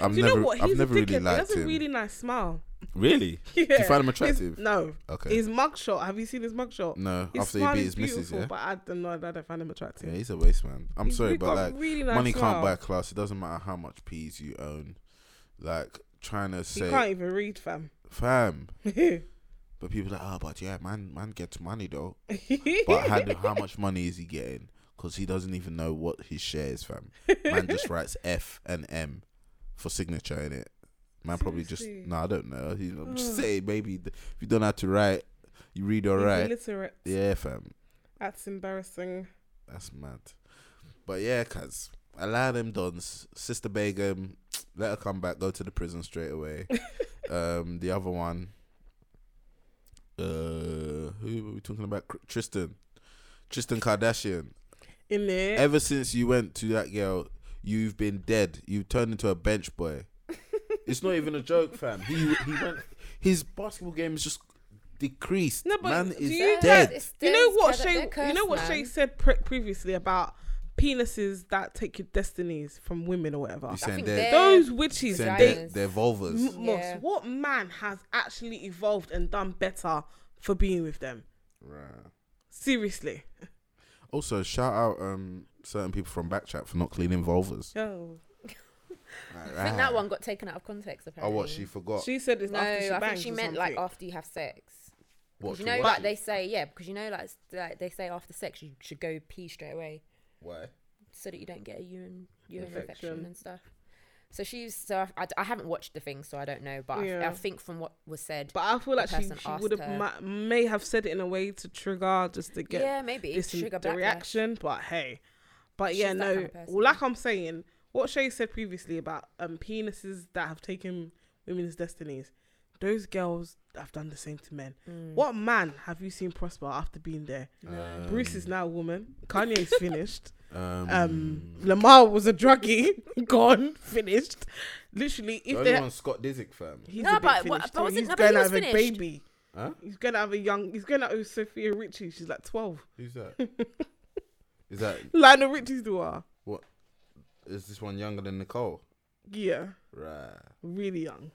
Speaker 3: I've
Speaker 2: Do you
Speaker 3: never.
Speaker 2: know what?
Speaker 3: I've
Speaker 2: He's
Speaker 3: never
Speaker 2: a dickhead.
Speaker 3: really
Speaker 2: he
Speaker 3: liked
Speaker 2: has a
Speaker 3: him.
Speaker 2: really nice smile.
Speaker 3: Really?
Speaker 2: [laughs] Yeah.
Speaker 3: Do you find him attractive?
Speaker 2: His, no.
Speaker 3: okay.
Speaker 2: His mugshot. Have you seen his mugshot?
Speaker 3: no.
Speaker 2: His
Speaker 3: after he
Speaker 2: smile
Speaker 3: beat
Speaker 2: is
Speaker 3: his missus,
Speaker 2: beautiful,
Speaker 3: yeah.
Speaker 2: But I don't know. I don't find him attractive.
Speaker 3: Yeah, he's a waste man. I'm
Speaker 2: He's
Speaker 3: sorry,
Speaker 2: really
Speaker 3: but
Speaker 2: got a
Speaker 3: like
Speaker 2: really nice
Speaker 3: money can't
Speaker 2: smile.
Speaker 3: buy class. It doesn't matter how much peas you own. Like trying to
Speaker 2: He
Speaker 3: say,
Speaker 2: can't even read, fam. [laughs]
Speaker 3: fam.
Speaker 2: but
Speaker 3: But people are like, oh, but yeah, man, man gets money though.
Speaker 2: [laughs]
Speaker 3: But how, do- how much money is he getting? Because he doesn't even know what his share is, fam. Man
Speaker 2: [laughs]
Speaker 3: just writes F and M for signature in it. Man probably just
Speaker 2: Seriously?
Speaker 3: no, I don't know. He, I'm just
Speaker 2: Ugh.
Speaker 3: saying maybe th- if you don't know how to write, you read all
Speaker 2: He's
Speaker 3: right.
Speaker 2: illiterate.
Speaker 3: Yeah, fam,
Speaker 2: That's embarrassing.
Speaker 3: that's mad. But yeah, cuz allow them dons. Sister Begum, let her come back. Go to the prison
Speaker 2: [laughs]
Speaker 3: straight away. um, the other one, uh, who were we talking about? Cr- Tristan, Tristan Kardashian.
Speaker 2: In there.
Speaker 3: ever since you went to that girl, you've been dead. You've turned into a bench [laughs] boy. It's not even a joke, fam. He he went. His basketball game is just decreased.
Speaker 2: No, but
Speaker 3: man
Speaker 2: do
Speaker 3: is
Speaker 2: you
Speaker 3: dead.
Speaker 4: It's
Speaker 2: you know
Speaker 4: dead,
Speaker 2: what
Speaker 4: they're-
Speaker 2: Shay?
Speaker 4: they're cursed,
Speaker 2: you know what
Speaker 4: man.
Speaker 2: Shay said pre- previously about penises that take your destinies from women or whatever.
Speaker 3: You
Speaker 4: I
Speaker 3: saying
Speaker 4: think
Speaker 3: dead?
Speaker 4: they're-
Speaker 2: Those witches,
Speaker 3: Saying
Speaker 4: they-
Speaker 3: dead. They're vulvas.
Speaker 2: M- Moss,
Speaker 4: Yeah.
Speaker 2: what man has actually evolved and done better for being with them? Seriously.
Speaker 3: Also, shout out um certain people from Backchat for not
Speaker 2: [laughs]
Speaker 3: cleaning vulvas.
Speaker 2: Oh.
Speaker 4: I think that one got taken out of context.
Speaker 3: Ah. Oh,
Speaker 4: Apparently.
Speaker 3: what she forgot?
Speaker 2: She said it's
Speaker 4: No,
Speaker 2: after she
Speaker 4: I think
Speaker 2: bangs
Speaker 4: she
Speaker 2: or
Speaker 4: meant like
Speaker 2: something.
Speaker 4: after you have sex.
Speaker 3: what?
Speaker 4: 'Cause you
Speaker 3: she
Speaker 4: know,
Speaker 3: what?
Speaker 4: like they say, yeah, because you know, like, s- like they say after sex you should go pee straight away
Speaker 3: Why?
Speaker 4: so that you don't get a urine urine
Speaker 2: Infection.
Speaker 4: infection, and stuff. So she's so I, I, I haven't watched the thing, so I don't know, but I- I,
Speaker 2: Yeah.
Speaker 4: think from what was said,
Speaker 2: But I feel like she,
Speaker 4: person
Speaker 2: she
Speaker 4: asked
Speaker 2: would
Speaker 4: her.
Speaker 2: have may have said it in a way to trigger just to get
Speaker 4: yeah, maybe
Speaker 2: this
Speaker 4: sugar
Speaker 2: the
Speaker 4: backlash.
Speaker 2: reaction. But hey, But yeah,
Speaker 4: She's that
Speaker 2: no.
Speaker 4: kind of person.
Speaker 2: well, like I'm saying, what Shay said previously about um penises that have taken women's destinies, those girls have done the same to men.
Speaker 4: mm,
Speaker 2: What man have you seen prosper after being there? Bruce is now a woman. Kanye is finished.
Speaker 3: Um,
Speaker 2: Um, Lamar was a druggie, [laughs] gone, finished. Literally,
Speaker 3: the
Speaker 2: if
Speaker 3: only
Speaker 2: they
Speaker 3: one's Scott Disick firm.
Speaker 2: he's
Speaker 4: No,
Speaker 2: a bit
Speaker 4: but what-
Speaker 2: finished
Speaker 4: but
Speaker 2: too.
Speaker 4: was it-
Speaker 2: he's
Speaker 4: no, but
Speaker 2: going
Speaker 4: he
Speaker 2: out
Speaker 4: was
Speaker 2: of a
Speaker 4: finished.
Speaker 2: baby.
Speaker 3: Huh?
Speaker 2: He's going out of a young. He's going out with Sophia Richie. She's like twelve.
Speaker 3: Who's that? [laughs] is that
Speaker 2: Lionel Richie's daughter.
Speaker 3: is this one younger than Nicole?
Speaker 2: Yeah,
Speaker 3: Right.
Speaker 2: really young.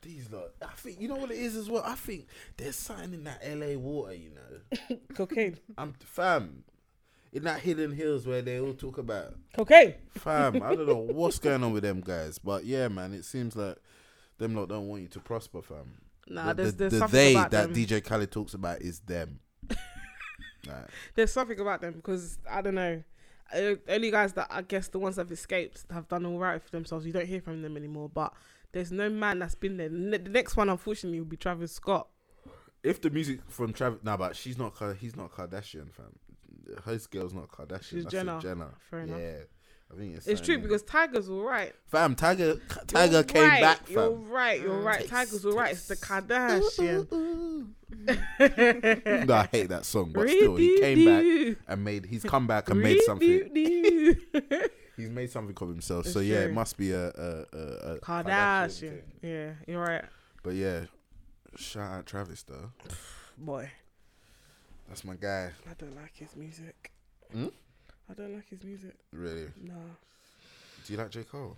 Speaker 3: These lot. I think you know what it is as well. I think there's something in that LA water. You [laughs] know,
Speaker 2: Cocaine.
Speaker 3: I'm fam. In that hidden hills where they all talk about
Speaker 2: Cocaine.
Speaker 3: Fam, I don't [laughs] know what's going on with them guys, but yeah, man, it seems like them lot don't want you to prosper, fam.
Speaker 2: Nah,
Speaker 3: the,
Speaker 2: there's,
Speaker 3: the-
Speaker 2: there's
Speaker 3: the
Speaker 2: something
Speaker 3: they
Speaker 2: about
Speaker 3: that
Speaker 2: them.
Speaker 3: DJ Khaled talks about is
Speaker 2: [laughs]
Speaker 3: them. Like,
Speaker 2: there's something about them because I don't know. Uh, only guys that I guess the ones that have escaped have done all right for themselves. You don't hear from them anymore. But there's no man that's been there. Ne- the next one, unfortunately, will be Travis Scott.
Speaker 3: if the music from Travis, nah, but she's not, Ka- he's not Kardashian, fam. His girl's not Kardashian.
Speaker 2: She's
Speaker 3: That's a
Speaker 2: Jenner.
Speaker 3: Jenner.
Speaker 2: Fair enough.
Speaker 3: Yeah, I think it's
Speaker 2: It's
Speaker 3: something
Speaker 2: true
Speaker 3: in-
Speaker 2: because Tiger's all right.
Speaker 3: fam Tiger, Tiger
Speaker 2: You're
Speaker 3: came
Speaker 2: right,
Speaker 3: back,
Speaker 2: You're
Speaker 3: fam.
Speaker 2: right. You're
Speaker 4: Mm.
Speaker 2: right.
Speaker 3: Takes-
Speaker 2: Tiger's all right. It's the
Speaker 3: takes-
Speaker 2: Kardashian.
Speaker 3: Ooh, ooh, ooh. no, I hate that song, but still, he came back
Speaker 2: Re-doo-doo.
Speaker 3: and made. He's come back and made something.
Speaker 2: [laughs] Re-doo-doo.
Speaker 3: He's made something of himself.
Speaker 2: It's
Speaker 3: so yeah,
Speaker 2: true.
Speaker 3: it must be a, a, a, a
Speaker 2: Kardashian.
Speaker 3: thing.
Speaker 2: Yeah, you're right,
Speaker 3: But yeah, shout out Travis though.
Speaker 2: boy.
Speaker 3: That's my guy.
Speaker 2: I don't like his music.
Speaker 3: Hmm?
Speaker 2: I don't like his music.
Speaker 3: Really.
Speaker 2: No.
Speaker 3: Do you like J Cole?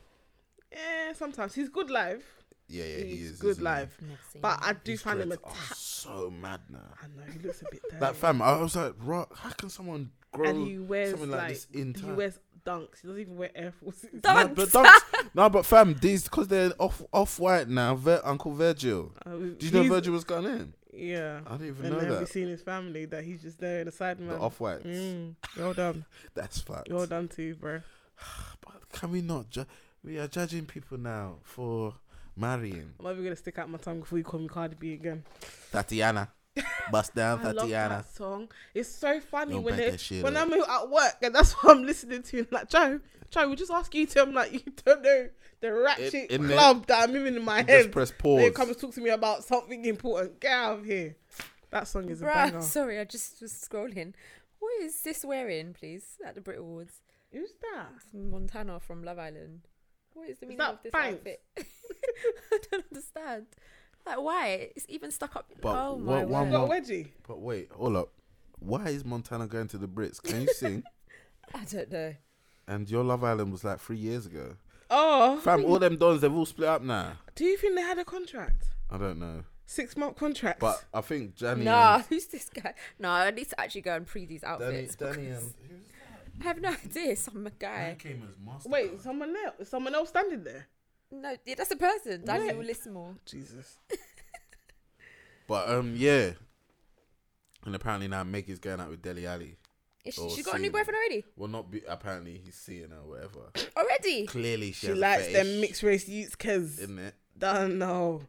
Speaker 2: Yeah, sometimes he's good live.
Speaker 3: Yeah, yeah,
Speaker 2: he's
Speaker 3: he is.
Speaker 2: good
Speaker 3: isn't he?
Speaker 2: live,
Speaker 4: Never
Speaker 3: Uh,
Speaker 4: seen
Speaker 2: but I
Speaker 4: him.
Speaker 2: do
Speaker 3: His
Speaker 2: find him. A
Speaker 3: dreads
Speaker 2: t-
Speaker 3: are so mad now.
Speaker 2: I know he looks a
Speaker 3: [laughs]
Speaker 2: bit dirty.
Speaker 3: Like fam, I was like, right, how can someone grow
Speaker 2: and he wears
Speaker 3: something like, this in
Speaker 2: he
Speaker 3: time?
Speaker 2: wears dunks. He doesn't even wear Air Forces.
Speaker 3: no,
Speaker 2: [laughs]
Speaker 3: but
Speaker 4: Dunks.
Speaker 3: [laughs] dunks- no, but fam, these because they're off off white now. Vir- Uncle Virgil.
Speaker 2: Uh,
Speaker 3: Did you know
Speaker 2: he's-
Speaker 3: Virgil was gone in?
Speaker 2: Yeah.
Speaker 3: I didn't even
Speaker 2: And then
Speaker 3: know
Speaker 2: we
Speaker 3: that.
Speaker 2: seen his family that he's just there in the side
Speaker 3: The
Speaker 2: man.
Speaker 3: off whites.
Speaker 2: Mm, well done.
Speaker 3: That's fact.
Speaker 2: Well done to you, bro.
Speaker 3: But can we not? Ju- we are judging people now for marrying.
Speaker 2: I'm never gonna stick out my tongue before you call me Cardi B again. [laughs]
Speaker 3: Tatiana. Bust down
Speaker 2: I love
Speaker 3: Tatiana.
Speaker 2: that song. It's so funny
Speaker 3: Don't
Speaker 2: when
Speaker 3: back
Speaker 2: they,
Speaker 3: that shit
Speaker 2: when
Speaker 3: up.
Speaker 2: I'm at work and that's [laughs] what I'm listening to. And like Joe, Joe, we just ask you to. I'm like, [laughs] you don't know the ratchet
Speaker 3: in there-
Speaker 2: club that I'm in in my
Speaker 3: Just
Speaker 2: head.
Speaker 3: press
Speaker 2: They
Speaker 3: pause.
Speaker 2: come and talk to me about something important. Get out of here. That song is a
Speaker 4: Bruh,
Speaker 2: banger.
Speaker 4: sorry, I just was scrolling. What is this wearing, please, at the Brit Awards?
Speaker 2: Who's that?
Speaker 4: It's Montana from Love Island. What is the
Speaker 2: Is
Speaker 4: meaning
Speaker 2: that
Speaker 4: of this
Speaker 2: Banks?
Speaker 4: outfit? [laughs] I don't understand. Like, why? It's even stuck up.
Speaker 3: But
Speaker 4: oh my
Speaker 3: what- one
Speaker 4: word.
Speaker 2: We've got
Speaker 3: more-
Speaker 2: Wedgie.
Speaker 3: But wait, hold up. Why is Montana going to the Brits? Can you
Speaker 2: [laughs]
Speaker 3: sing?
Speaker 4: I don't know.
Speaker 3: and your Love Island was like three years ago.
Speaker 2: Oh,
Speaker 3: Fam, all them dons, they've all split up now.
Speaker 2: do you think they had a contract?
Speaker 3: I don't know.
Speaker 2: Six month contract.
Speaker 3: But I think Danny
Speaker 4: Nah, [laughs] who's this guy? No, I need to actually go and pre these
Speaker 3: and Danny,
Speaker 4: outfits.
Speaker 3: Danny
Speaker 4: because
Speaker 3: and
Speaker 4: I have no idea. Some guy.
Speaker 3: came as master.
Speaker 2: wait, someone else? Is someone else standing there?
Speaker 4: No, yeah, that's a person. Daniel
Speaker 2: Wait.
Speaker 4: Lismore.
Speaker 2: Jesus.
Speaker 3: But um yeah. And apparently now Meg is going out with Deli Ali.
Speaker 4: Is she,
Speaker 3: Or
Speaker 4: she got a new
Speaker 3: Celia.
Speaker 4: boyfriend already?
Speaker 3: Well not be apparently he's seeing her, whatever.
Speaker 4: Already?
Speaker 3: Clearly she,
Speaker 2: She likes them mixed race youths because
Speaker 3: isn't it?
Speaker 2: don't know.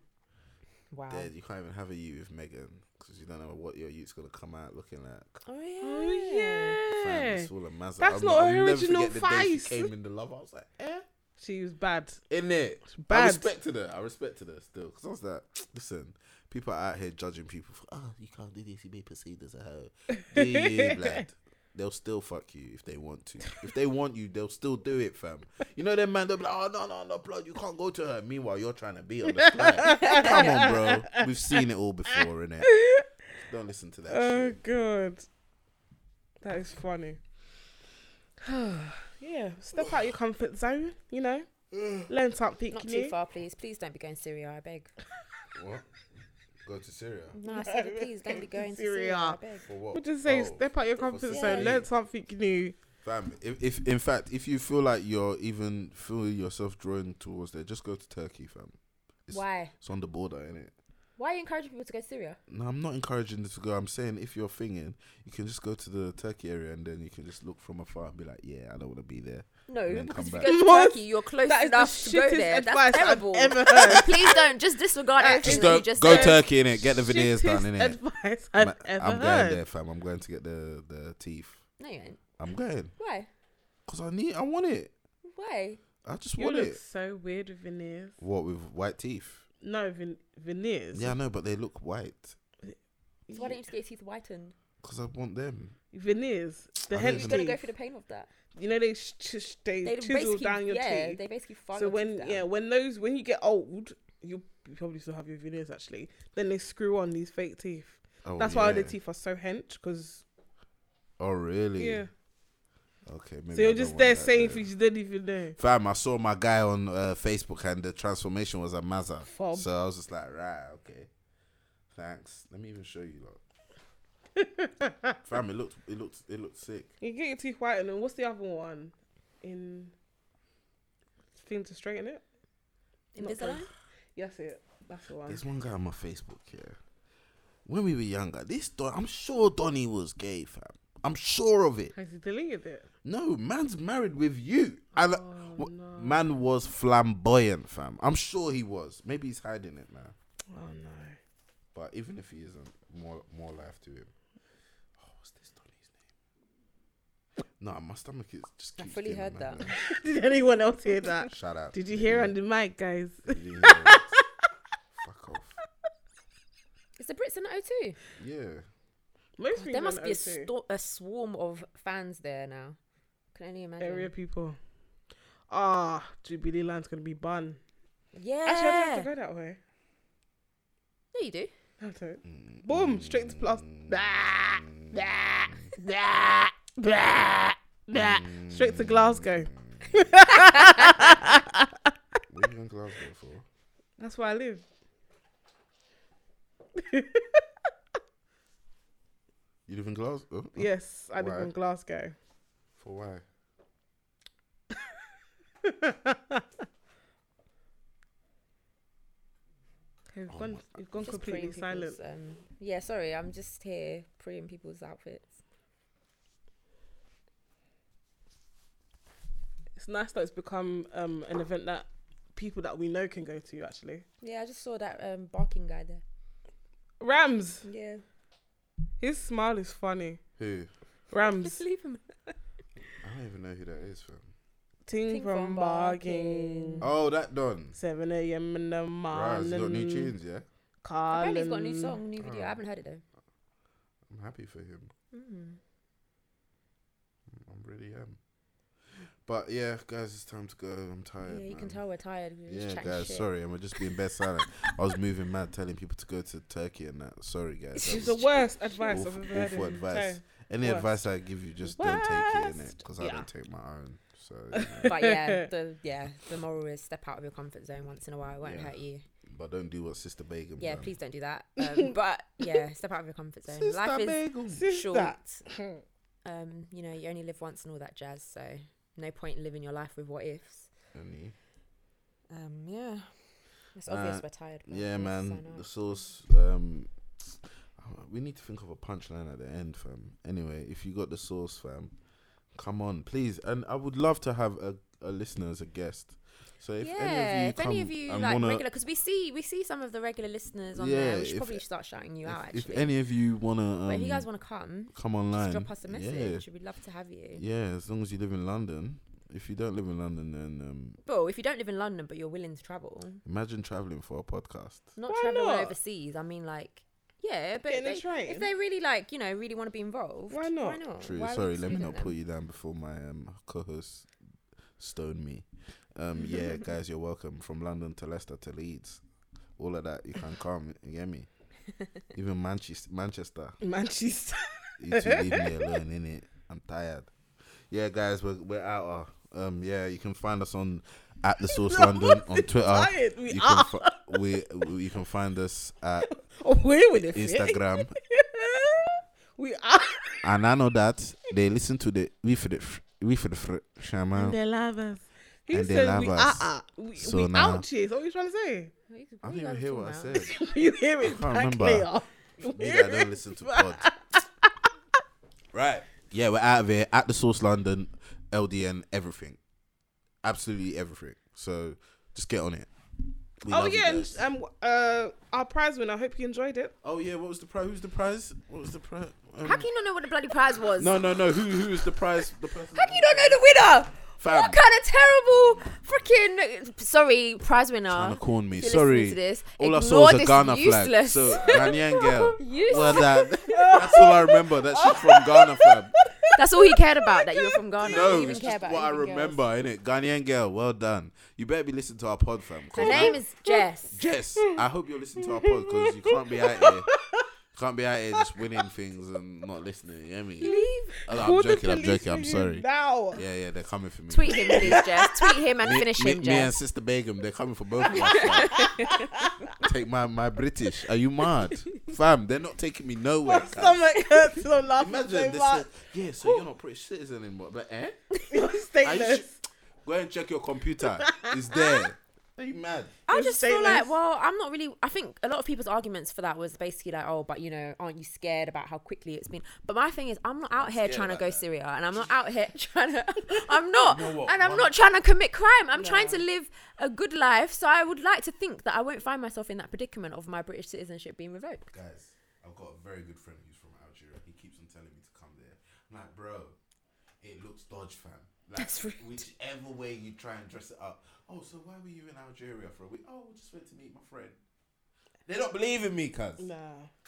Speaker 4: Wow.
Speaker 3: Dead. You can't even have a you with Megan because you don't know what your youth's gonna come out looking like.
Speaker 4: Oh yeah.
Speaker 2: Oh
Speaker 3: Fam,
Speaker 2: yeah.
Speaker 3: it's all a mazza.
Speaker 2: That's
Speaker 3: I'm-
Speaker 2: not her
Speaker 3: I'll never
Speaker 2: original
Speaker 3: forget the day
Speaker 2: face.
Speaker 3: She came in the love. I was like, eh,
Speaker 2: She was bad.
Speaker 3: in it. I
Speaker 2: bad.
Speaker 3: respected her. I respected her still because I was like, listen, people are out here judging people. For, oh, you can't do this. You be perceived as a hoe. Do
Speaker 2: [laughs]
Speaker 3: you, lad? They'll still fuck you if they want to. If they want you, they'll still do it, fam. You know them man. They'll be like, oh no, no, no, blood. You can't go to her. Meanwhile, you're trying to be on
Speaker 2: [laughs]
Speaker 3: the slide. Come on, bro. We've seen it all before, innit? Don't listen to that.
Speaker 2: Oh
Speaker 3: shit.
Speaker 2: god, that is funny. [sighs] yeah, step out your comfort zone. You know, learn something
Speaker 4: Not too
Speaker 2: new.
Speaker 4: far, please. Please don't be going to Syria, I beg.
Speaker 3: What? Go to Syria.
Speaker 4: No, I said, please don't be going to
Speaker 2: Syria.
Speaker 4: Syria, I beg.
Speaker 3: For what?
Speaker 2: Would you say
Speaker 3: Oh,
Speaker 2: step out your comfort
Speaker 3: Yeah.
Speaker 2: zone, learn something new?
Speaker 3: Fam, if, if in fact if you feel like you're even feel yourself drawn towards there, just go to Turkey, fam. It's-
Speaker 4: Why?
Speaker 3: It's on the border, ain't it?
Speaker 4: Why are you encouraging people to go to Syria?
Speaker 3: No, I'm not encouraging this to go. I'm saying if you're thinking, you can just go to the Turkey area and then you can just look from afar and be like, yeah, I don't want to be there.
Speaker 4: No,
Speaker 3: And then
Speaker 4: because if
Speaker 3: come
Speaker 4: you
Speaker 3: back.
Speaker 4: go to
Speaker 2: What?
Speaker 4: Turkey, you're close
Speaker 2: That is the
Speaker 4: enough to go
Speaker 2: shittest
Speaker 4: there.
Speaker 2: advice
Speaker 4: That's terrible. [laughs]
Speaker 2: I've ever [laughs] heard.
Speaker 4: Please don't just disregard
Speaker 2: That
Speaker 4: everything
Speaker 2: is-
Speaker 3: Just
Speaker 4: that
Speaker 3: go,
Speaker 4: you just
Speaker 3: go
Speaker 4: said.
Speaker 3: Turkey in it. Get the veneers done
Speaker 2: Shittest
Speaker 3: in it.
Speaker 2: Advice
Speaker 3: I'm
Speaker 2: I've ever
Speaker 3: going
Speaker 2: heard.
Speaker 3: there, fam. I'm going to get the the teeth.
Speaker 4: No, you ain't.
Speaker 3: I'm going.
Speaker 4: Why?
Speaker 3: Cause I need, I want it.
Speaker 4: Why?
Speaker 3: I just
Speaker 2: You
Speaker 3: want
Speaker 2: look
Speaker 3: it.
Speaker 2: so weird with veneers.
Speaker 3: What with white teeth?
Speaker 2: No, ven- veneers.
Speaker 3: Yeah, I know, but they look white.
Speaker 4: So why don't you just get your teeth whitened?
Speaker 3: Cause I want them.
Speaker 2: Veneers. The
Speaker 3: I
Speaker 2: hench
Speaker 3: think
Speaker 4: You're
Speaker 3: Teeth.
Speaker 4: gonna go
Speaker 2: teeth.
Speaker 4: through the pain of that.
Speaker 2: You know they sh- sh- they,
Speaker 4: They
Speaker 2: chisel
Speaker 4: basically,
Speaker 2: down your
Speaker 4: yeah,
Speaker 2: teeth.
Speaker 4: they basically file
Speaker 2: so
Speaker 4: your
Speaker 2: when
Speaker 4: teeth down.
Speaker 2: yeah, when those when you get old, you you probably still have your veneers actually. Then they screw on these fake teeth.
Speaker 3: Oh,
Speaker 2: That's why the
Speaker 3: yeah.
Speaker 2: teeth are so hench because
Speaker 3: Oh really?
Speaker 2: yeah.
Speaker 3: Okay. Maybe
Speaker 2: So
Speaker 3: I
Speaker 2: you're
Speaker 3: don't
Speaker 2: just
Speaker 3: want
Speaker 2: there
Speaker 3: that
Speaker 2: saying
Speaker 3: then.
Speaker 2: things you didn't even know.
Speaker 3: Fam, I saw my guy on uh, Facebook and the transformation was a maza.
Speaker 2: Fob.
Speaker 3: So I was just like, right, okay, thanks. Let me even show you, look.
Speaker 2: [laughs]
Speaker 3: Fam, it looked, it looked, it looked sick.
Speaker 2: You get your teeth whitened, and what's the other one? In thing to straighten it. Not
Speaker 4: Invisalign?
Speaker 2: Yes, it. That's the one.
Speaker 3: There's one guy on my Facebook here. When we were younger, this Don, I'm sure Donny was gay, fam. I'm sure of it.
Speaker 2: Has he deleted it?
Speaker 3: No, man's married with you. And
Speaker 2: Oh,
Speaker 3: w-
Speaker 2: no.
Speaker 3: man was flamboyant, fam. I'm sure he was. Maybe he's hiding it, man.
Speaker 2: Oh no.
Speaker 3: But even if he isn't, more more life to him. Oh, what's this Donny's name? No, my stomach is just.
Speaker 4: I
Speaker 3: keeps
Speaker 4: fully
Speaker 3: giving
Speaker 4: heard
Speaker 3: me
Speaker 4: that.
Speaker 3: that.
Speaker 2: [laughs]
Speaker 4: [laughs]
Speaker 2: Did anyone else hear that?
Speaker 3: Shout out.
Speaker 2: Did
Speaker 3: to
Speaker 2: you
Speaker 3: the
Speaker 2: hear on
Speaker 3: idiot.
Speaker 2: the mic, guys?
Speaker 3: Did
Speaker 2: [laughs]
Speaker 3: you hear it? Fuck off.
Speaker 4: Is the Brits in that O2?
Speaker 3: Yeah.
Speaker 2: Most
Speaker 4: There
Speaker 2: people
Speaker 4: must
Speaker 2: don't
Speaker 4: be a,
Speaker 2: know too.
Speaker 4: sto- a swarm of fans there now. Can only imagine.
Speaker 2: area people. Ah, Jubilee Land's gonna be bun.
Speaker 4: Yeah.
Speaker 2: Actually, I don't have to go that way.
Speaker 4: No, you do.
Speaker 2: I don't. Boom, straight to plus.
Speaker 3: Mm.
Speaker 2: Blah, blah, blah, blah, blah.
Speaker 3: Mm.
Speaker 2: Straight to
Speaker 3: [laughs]
Speaker 2: Glasgow.
Speaker 3: What are you in Glasgow for?
Speaker 2: That's where I live.
Speaker 3: You live in Glasgow? Yeah.
Speaker 2: Yes, I live
Speaker 3: Why?
Speaker 2: in Glasgow.
Speaker 3: For why?
Speaker 2: You've
Speaker 3: Oh
Speaker 2: gone,
Speaker 3: my-
Speaker 2: you've gone
Speaker 4: Just
Speaker 2: completely
Speaker 4: preying
Speaker 2: silent.
Speaker 4: people's, Um, yeah, sorry. I'm just here preying people's outfits.
Speaker 2: It's nice that it's become um, an event that people that we know can go to. Actually,
Speaker 4: Yeah, I just saw that um, barking guy there.
Speaker 2: Rams.
Speaker 4: [laughs] Yeah.
Speaker 2: His smile is funny.
Speaker 3: Who?
Speaker 2: Rams.
Speaker 4: leave him.
Speaker 3: I don't even know who that is, fam.
Speaker 2: Ting,
Speaker 4: Ting
Speaker 2: from,
Speaker 4: from
Speaker 2: barking.
Speaker 4: barking.
Speaker 3: Oh, that Don.
Speaker 2: 7 a.m. in the
Speaker 3: Right,
Speaker 2: morning.
Speaker 3: he's got new tunes, yeah?
Speaker 4: Apparently, he's got a new
Speaker 2: calling.
Speaker 4: song, new video.
Speaker 3: Oh.
Speaker 4: I haven't heard it though.
Speaker 3: I'm happy for him.
Speaker 4: Mm.
Speaker 3: I really am. But yeah, guys, it's time to go. I'm tired.
Speaker 4: Yeah, you can
Speaker 3: man.
Speaker 4: tell we're tired. We were
Speaker 3: Yeah,
Speaker 4: just chatting
Speaker 3: guys,
Speaker 4: shit.
Speaker 3: sorry, and we're just being best silent. I was moving mad, telling people to go to Turkey and that. Sorry, guys. that
Speaker 2: It's the
Speaker 3: was
Speaker 2: worst advice
Speaker 3: awful-
Speaker 2: I've ever heard.
Speaker 3: awful
Speaker 2: in my
Speaker 3: advice.
Speaker 2: life.
Speaker 3: Any
Speaker 2: worst.
Speaker 3: advice I give you, just don't take it in it
Speaker 2: Worst.
Speaker 3: because I
Speaker 2: Yeah.
Speaker 3: don't take my own. So, you know.
Speaker 4: [laughs] But
Speaker 3: [laughs]
Speaker 4: yeah, the yeah, the moral is step out of your comfort zone once in a while. It won't
Speaker 3: Yeah.
Speaker 4: hurt you.
Speaker 3: but don't do what Sister Begum.
Speaker 4: Yeah,
Speaker 3: done.
Speaker 4: please don't
Speaker 3: [laughs]
Speaker 4: do that. Um, but yeah, step out of your comfort zone.
Speaker 3: Sister
Speaker 4: Life is
Speaker 3: Begum.
Speaker 2: Sister.
Speaker 4: short. Um, you know, you only live once and all that jazz. So no point in living your life with what ifs.
Speaker 3: Only-
Speaker 4: Um, yeah, it's
Speaker 3: Uh,
Speaker 4: obvious we're tired. but
Speaker 3: Yeah,
Speaker 4: let's
Speaker 3: man.
Speaker 4: sign
Speaker 3: The
Speaker 4: off.
Speaker 3: source. Um, we need to think of a punchline at the end, fam. Anyway, if you got the source, fam, come on, please. And I would love to have a, a listener as a guest. So if
Speaker 4: yeah,
Speaker 3: any of you
Speaker 4: if
Speaker 3: come
Speaker 4: any of you
Speaker 3: and
Speaker 4: like
Speaker 3: wanna,
Speaker 4: regular, because we see we see some of the regular listeners on
Speaker 3: Yeah,
Speaker 4: there. We should
Speaker 3: if-
Speaker 4: probably start shouting you out.
Speaker 3: if, if
Speaker 4: Actually,
Speaker 3: any of you wanna, um,
Speaker 4: but if you guys want to come,
Speaker 3: come online,
Speaker 4: just drop us a message. We'd love to have
Speaker 3: Yeah,
Speaker 4: you.
Speaker 3: yeah. As long as you live in London. If you don't live in London, then um,
Speaker 4: Well, if you don't live in London but you're willing to travel,
Speaker 3: imagine traveling for a podcast.
Speaker 4: not
Speaker 2: Why
Speaker 4: travel
Speaker 2: not?
Speaker 4: overseas. I mean, like, yeah, but
Speaker 2: Get in a
Speaker 4: they-
Speaker 2: train.
Speaker 4: if they really like, you know, really want to be involved,
Speaker 2: Why not?
Speaker 4: Why not?
Speaker 3: True.
Speaker 4: Why are we
Speaker 3: Sorry, let me
Speaker 4: excluding
Speaker 3: not
Speaker 4: them?
Speaker 3: put you down before my um, co-host stone me.
Speaker 2: [laughs]
Speaker 3: Um, yeah, guys, you're welcome from London to Leicester to Leeds, all of that. You can come. You
Speaker 2: [laughs]
Speaker 3: hear me? Even Manchester, Manchester.
Speaker 2: Manchester.
Speaker 3: You two leave me alone, innit? I'm tired. Yeah, guys, we're we're out. uh, Um, yeah, you can find us on at the
Speaker 2: [laughs]
Speaker 3: Source
Speaker 2: No,
Speaker 3: London on Twitter.
Speaker 2: tired. We
Speaker 3: Uh, you
Speaker 2: are.
Speaker 3: can fi- we, we you can find us
Speaker 2: [laughs]
Speaker 3: at
Speaker 2: Oh, where would it fit?
Speaker 3: Instagram
Speaker 2: [laughs] we are.
Speaker 3: and I know that they listen to the we for the fr- we for the fr- shaman.
Speaker 2: they love us. He
Speaker 3: And they
Speaker 2: said
Speaker 3: love
Speaker 2: we
Speaker 3: us.
Speaker 2: are. We,
Speaker 3: So
Speaker 2: we
Speaker 3: now-
Speaker 2: out here. So what are you trying to say? [laughs]
Speaker 4: What are you-
Speaker 3: I
Speaker 4: what are
Speaker 3: didn't
Speaker 4: you
Speaker 3: even
Speaker 4: guys
Speaker 3: hear what I
Speaker 4: talking about?
Speaker 3: said.
Speaker 2: you hear it
Speaker 3: can't
Speaker 2: back
Speaker 3: remember.
Speaker 2: later. You
Speaker 3: Maybe
Speaker 2: hear
Speaker 3: I don't
Speaker 2: it
Speaker 4: [laughs]
Speaker 3: listen to
Speaker 2: back.
Speaker 3: pod. right. Yeah, we're out of here at the Source London, LDN, everything, absolutely everything. So just get on it. We
Speaker 2: Oh
Speaker 3: love you
Speaker 2: yeah, and
Speaker 4: um,
Speaker 3: guys.
Speaker 2: um, uh, our prize winner. I hope you enjoyed it.
Speaker 3: oh yeah. What was the prize? Who's the prize? What was the prize?
Speaker 4: How can you not know what the bloody prize was?
Speaker 3: No, no, no. Who who is the prize? The person.
Speaker 4: How can you not know the winner?
Speaker 3: Fam.
Speaker 4: What kind of terrible freaking sorry prize winner?
Speaker 3: trying to corn me.
Speaker 4: If you're
Speaker 3: Sorry.
Speaker 4: listening to this,
Speaker 3: all I
Speaker 4: ignore
Speaker 3: saw was a
Speaker 4: this
Speaker 3: Ghana flag.
Speaker 4: useless-
Speaker 3: So Ghanaian girl.
Speaker 4: [laughs] Useless.
Speaker 3: Well, that, that's all I remember. That shit from Ghana, fam.
Speaker 4: [laughs] That's all he cared about. That you were from Ghana. he
Speaker 3: No,
Speaker 4: didn't even
Speaker 3: it's
Speaker 4: care
Speaker 3: just
Speaker 4: about
Speaker 3: what I
Speaker 4: anything else.
Speaker 3: remember, innit? Ghanaian girl, well done. You better be listening to our pod, fam. 'cause
Speaker 4: Her
Speaker 3: that-
Speaker 4: name is Jess. [laughs]
Speaker 3: Jess, I hope you're listening to our pod because you can't be out here. Can't be out here just winning things and not listening. You hear me? Oh, no,
Speaker 2: Call
Speaker 3: I'm
Speaker 2: the
Speaker 3: joking. I'm
Speaker 2: police
Speaker 3: joking.
Speaker 2: on
Speaker 3: I'm
Speaker 2: you
Speaker 3: sorry.
Speaker 2: Now. [laughs]
Speaker 3: Yeah, yeah, they're coming for me.
Speaker 4: Tweet him, please, Jess. Tweet him and
Speaker 3: me,
Speaker 4: finish
Speaker 3: me- me
Speaker 4: him,
Speaker 3: and
Speaker 4: Jess.
Speaker 3: Sister Begum, they're coming for both of us. fam.
Speaker 4: [laughs]
Speaker 3: Take my, my British. Are you mad? Fam, they're not taking me nowhere.
Speaker 4: [laughs]
Speaker 2: My
Speaker 3: fam.
Speaker 2: stomach hurts from laughing
Speaker 3: Imagine
Speaker 2: so
Speaker 3: this.
Speaker 2: much.
Speaker 3: Is, yeah, so you're not British citizen anymore. But eh?
Speaker 2: You're
Speaker 3: Are you
Speaker 2: stateless.
Speaker 3: sh- go and check your computer. It's there. Are you mad?
Speaker 4: I
Speaker 2: You're
Speaker 4: just feel like,
Speaker 2: stateless.
Speaker 4: well, I'm not really. I think a lot of people's arguments for that was basically like, oh, but you know, aren't you scared about how quickly it's been? But my thing is, I'm not out
Speaker 3: scared
Speaker 4: here trying to
Speaker 3: about
Speaker 4: go
Speaker 3: that.
Speaker 4: Syria, and I'm not out here [laughs] trying to. I'm not,
Speaker 3: You know what?
Speaker 4: and I'm
Speaker 3: One-
Speaker 4: not trying to commit crime. I'm trying to live a good life. So I would like to think that I won't find myself in that predicament of my British citizenship being revoked.
Speaker 3: Guys, I've got a very good friend who's from Algeria. He keeps on telling me to come there. I'm like, bro, it looks dodge, fam. Like,
Speaker 4: That's rude.
Speaker 3: Whichever way you try and dress it up. Oh, so why were you in Algeria for a week? Oh, we just went to meet my friend. They don't believe in me, cuz.
Speaker 2: nah.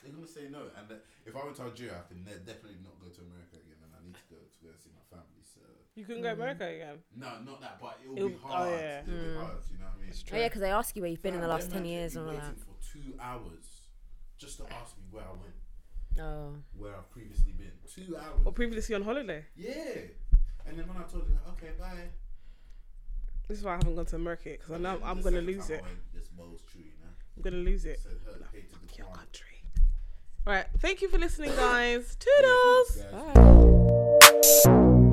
Speaker 3: They're gonna say no. And uh, if I went to Algeria, I can ne- definitely not go to America again, and I need to go to go and see my family. So
Speaker 2: You couldn't
Speaker 3: Mm.
Speaker 2: go America again.
Speaker 3: no, not that, but it'll, be
Speaker 2: It'll- oh,
Speaker 3: hard.
Speaker 2: yeah.
Speaker 3: It'll be hard. You know what I mean?
Speaker 4: Oh yeah, because they ask you where you've been in the
Speaker 3: Fam,
Speaker 4: last ten
Speaker 3: imagine
Speaker 4: years
Speaker 3: you
Speaker 4: and all
Speaker 3: waiting
Speaker 4: that.
Speaker 3: For two hours, just to ask me where I went,
Speaker 4: Oh,
Speaker 3: where I've previously been. Two hours.
Speaker 2: Or previously on holiday.
Speaker 3: Yeah. And then when I told them, okay, bye.
Speaker 2: This is why I haven't gone to America because I know I'm,
Speaker 3: The
Speaker 2: going to
Speaker 3: second
Speaker 2: lose
Speaker 3: time I
Speaker 2: it.
Speaker 3: went, This bowl's true, you know.
Speaker 2: I'm going to lose it.
Speaker 3: So her hate to the
Speaker 2: Your
Speaker 3: crime.
Speaker 2: country. Right. Thank you for listening, guys. Toodles.
Speaker 3: Guys,
Speaker 4: bye.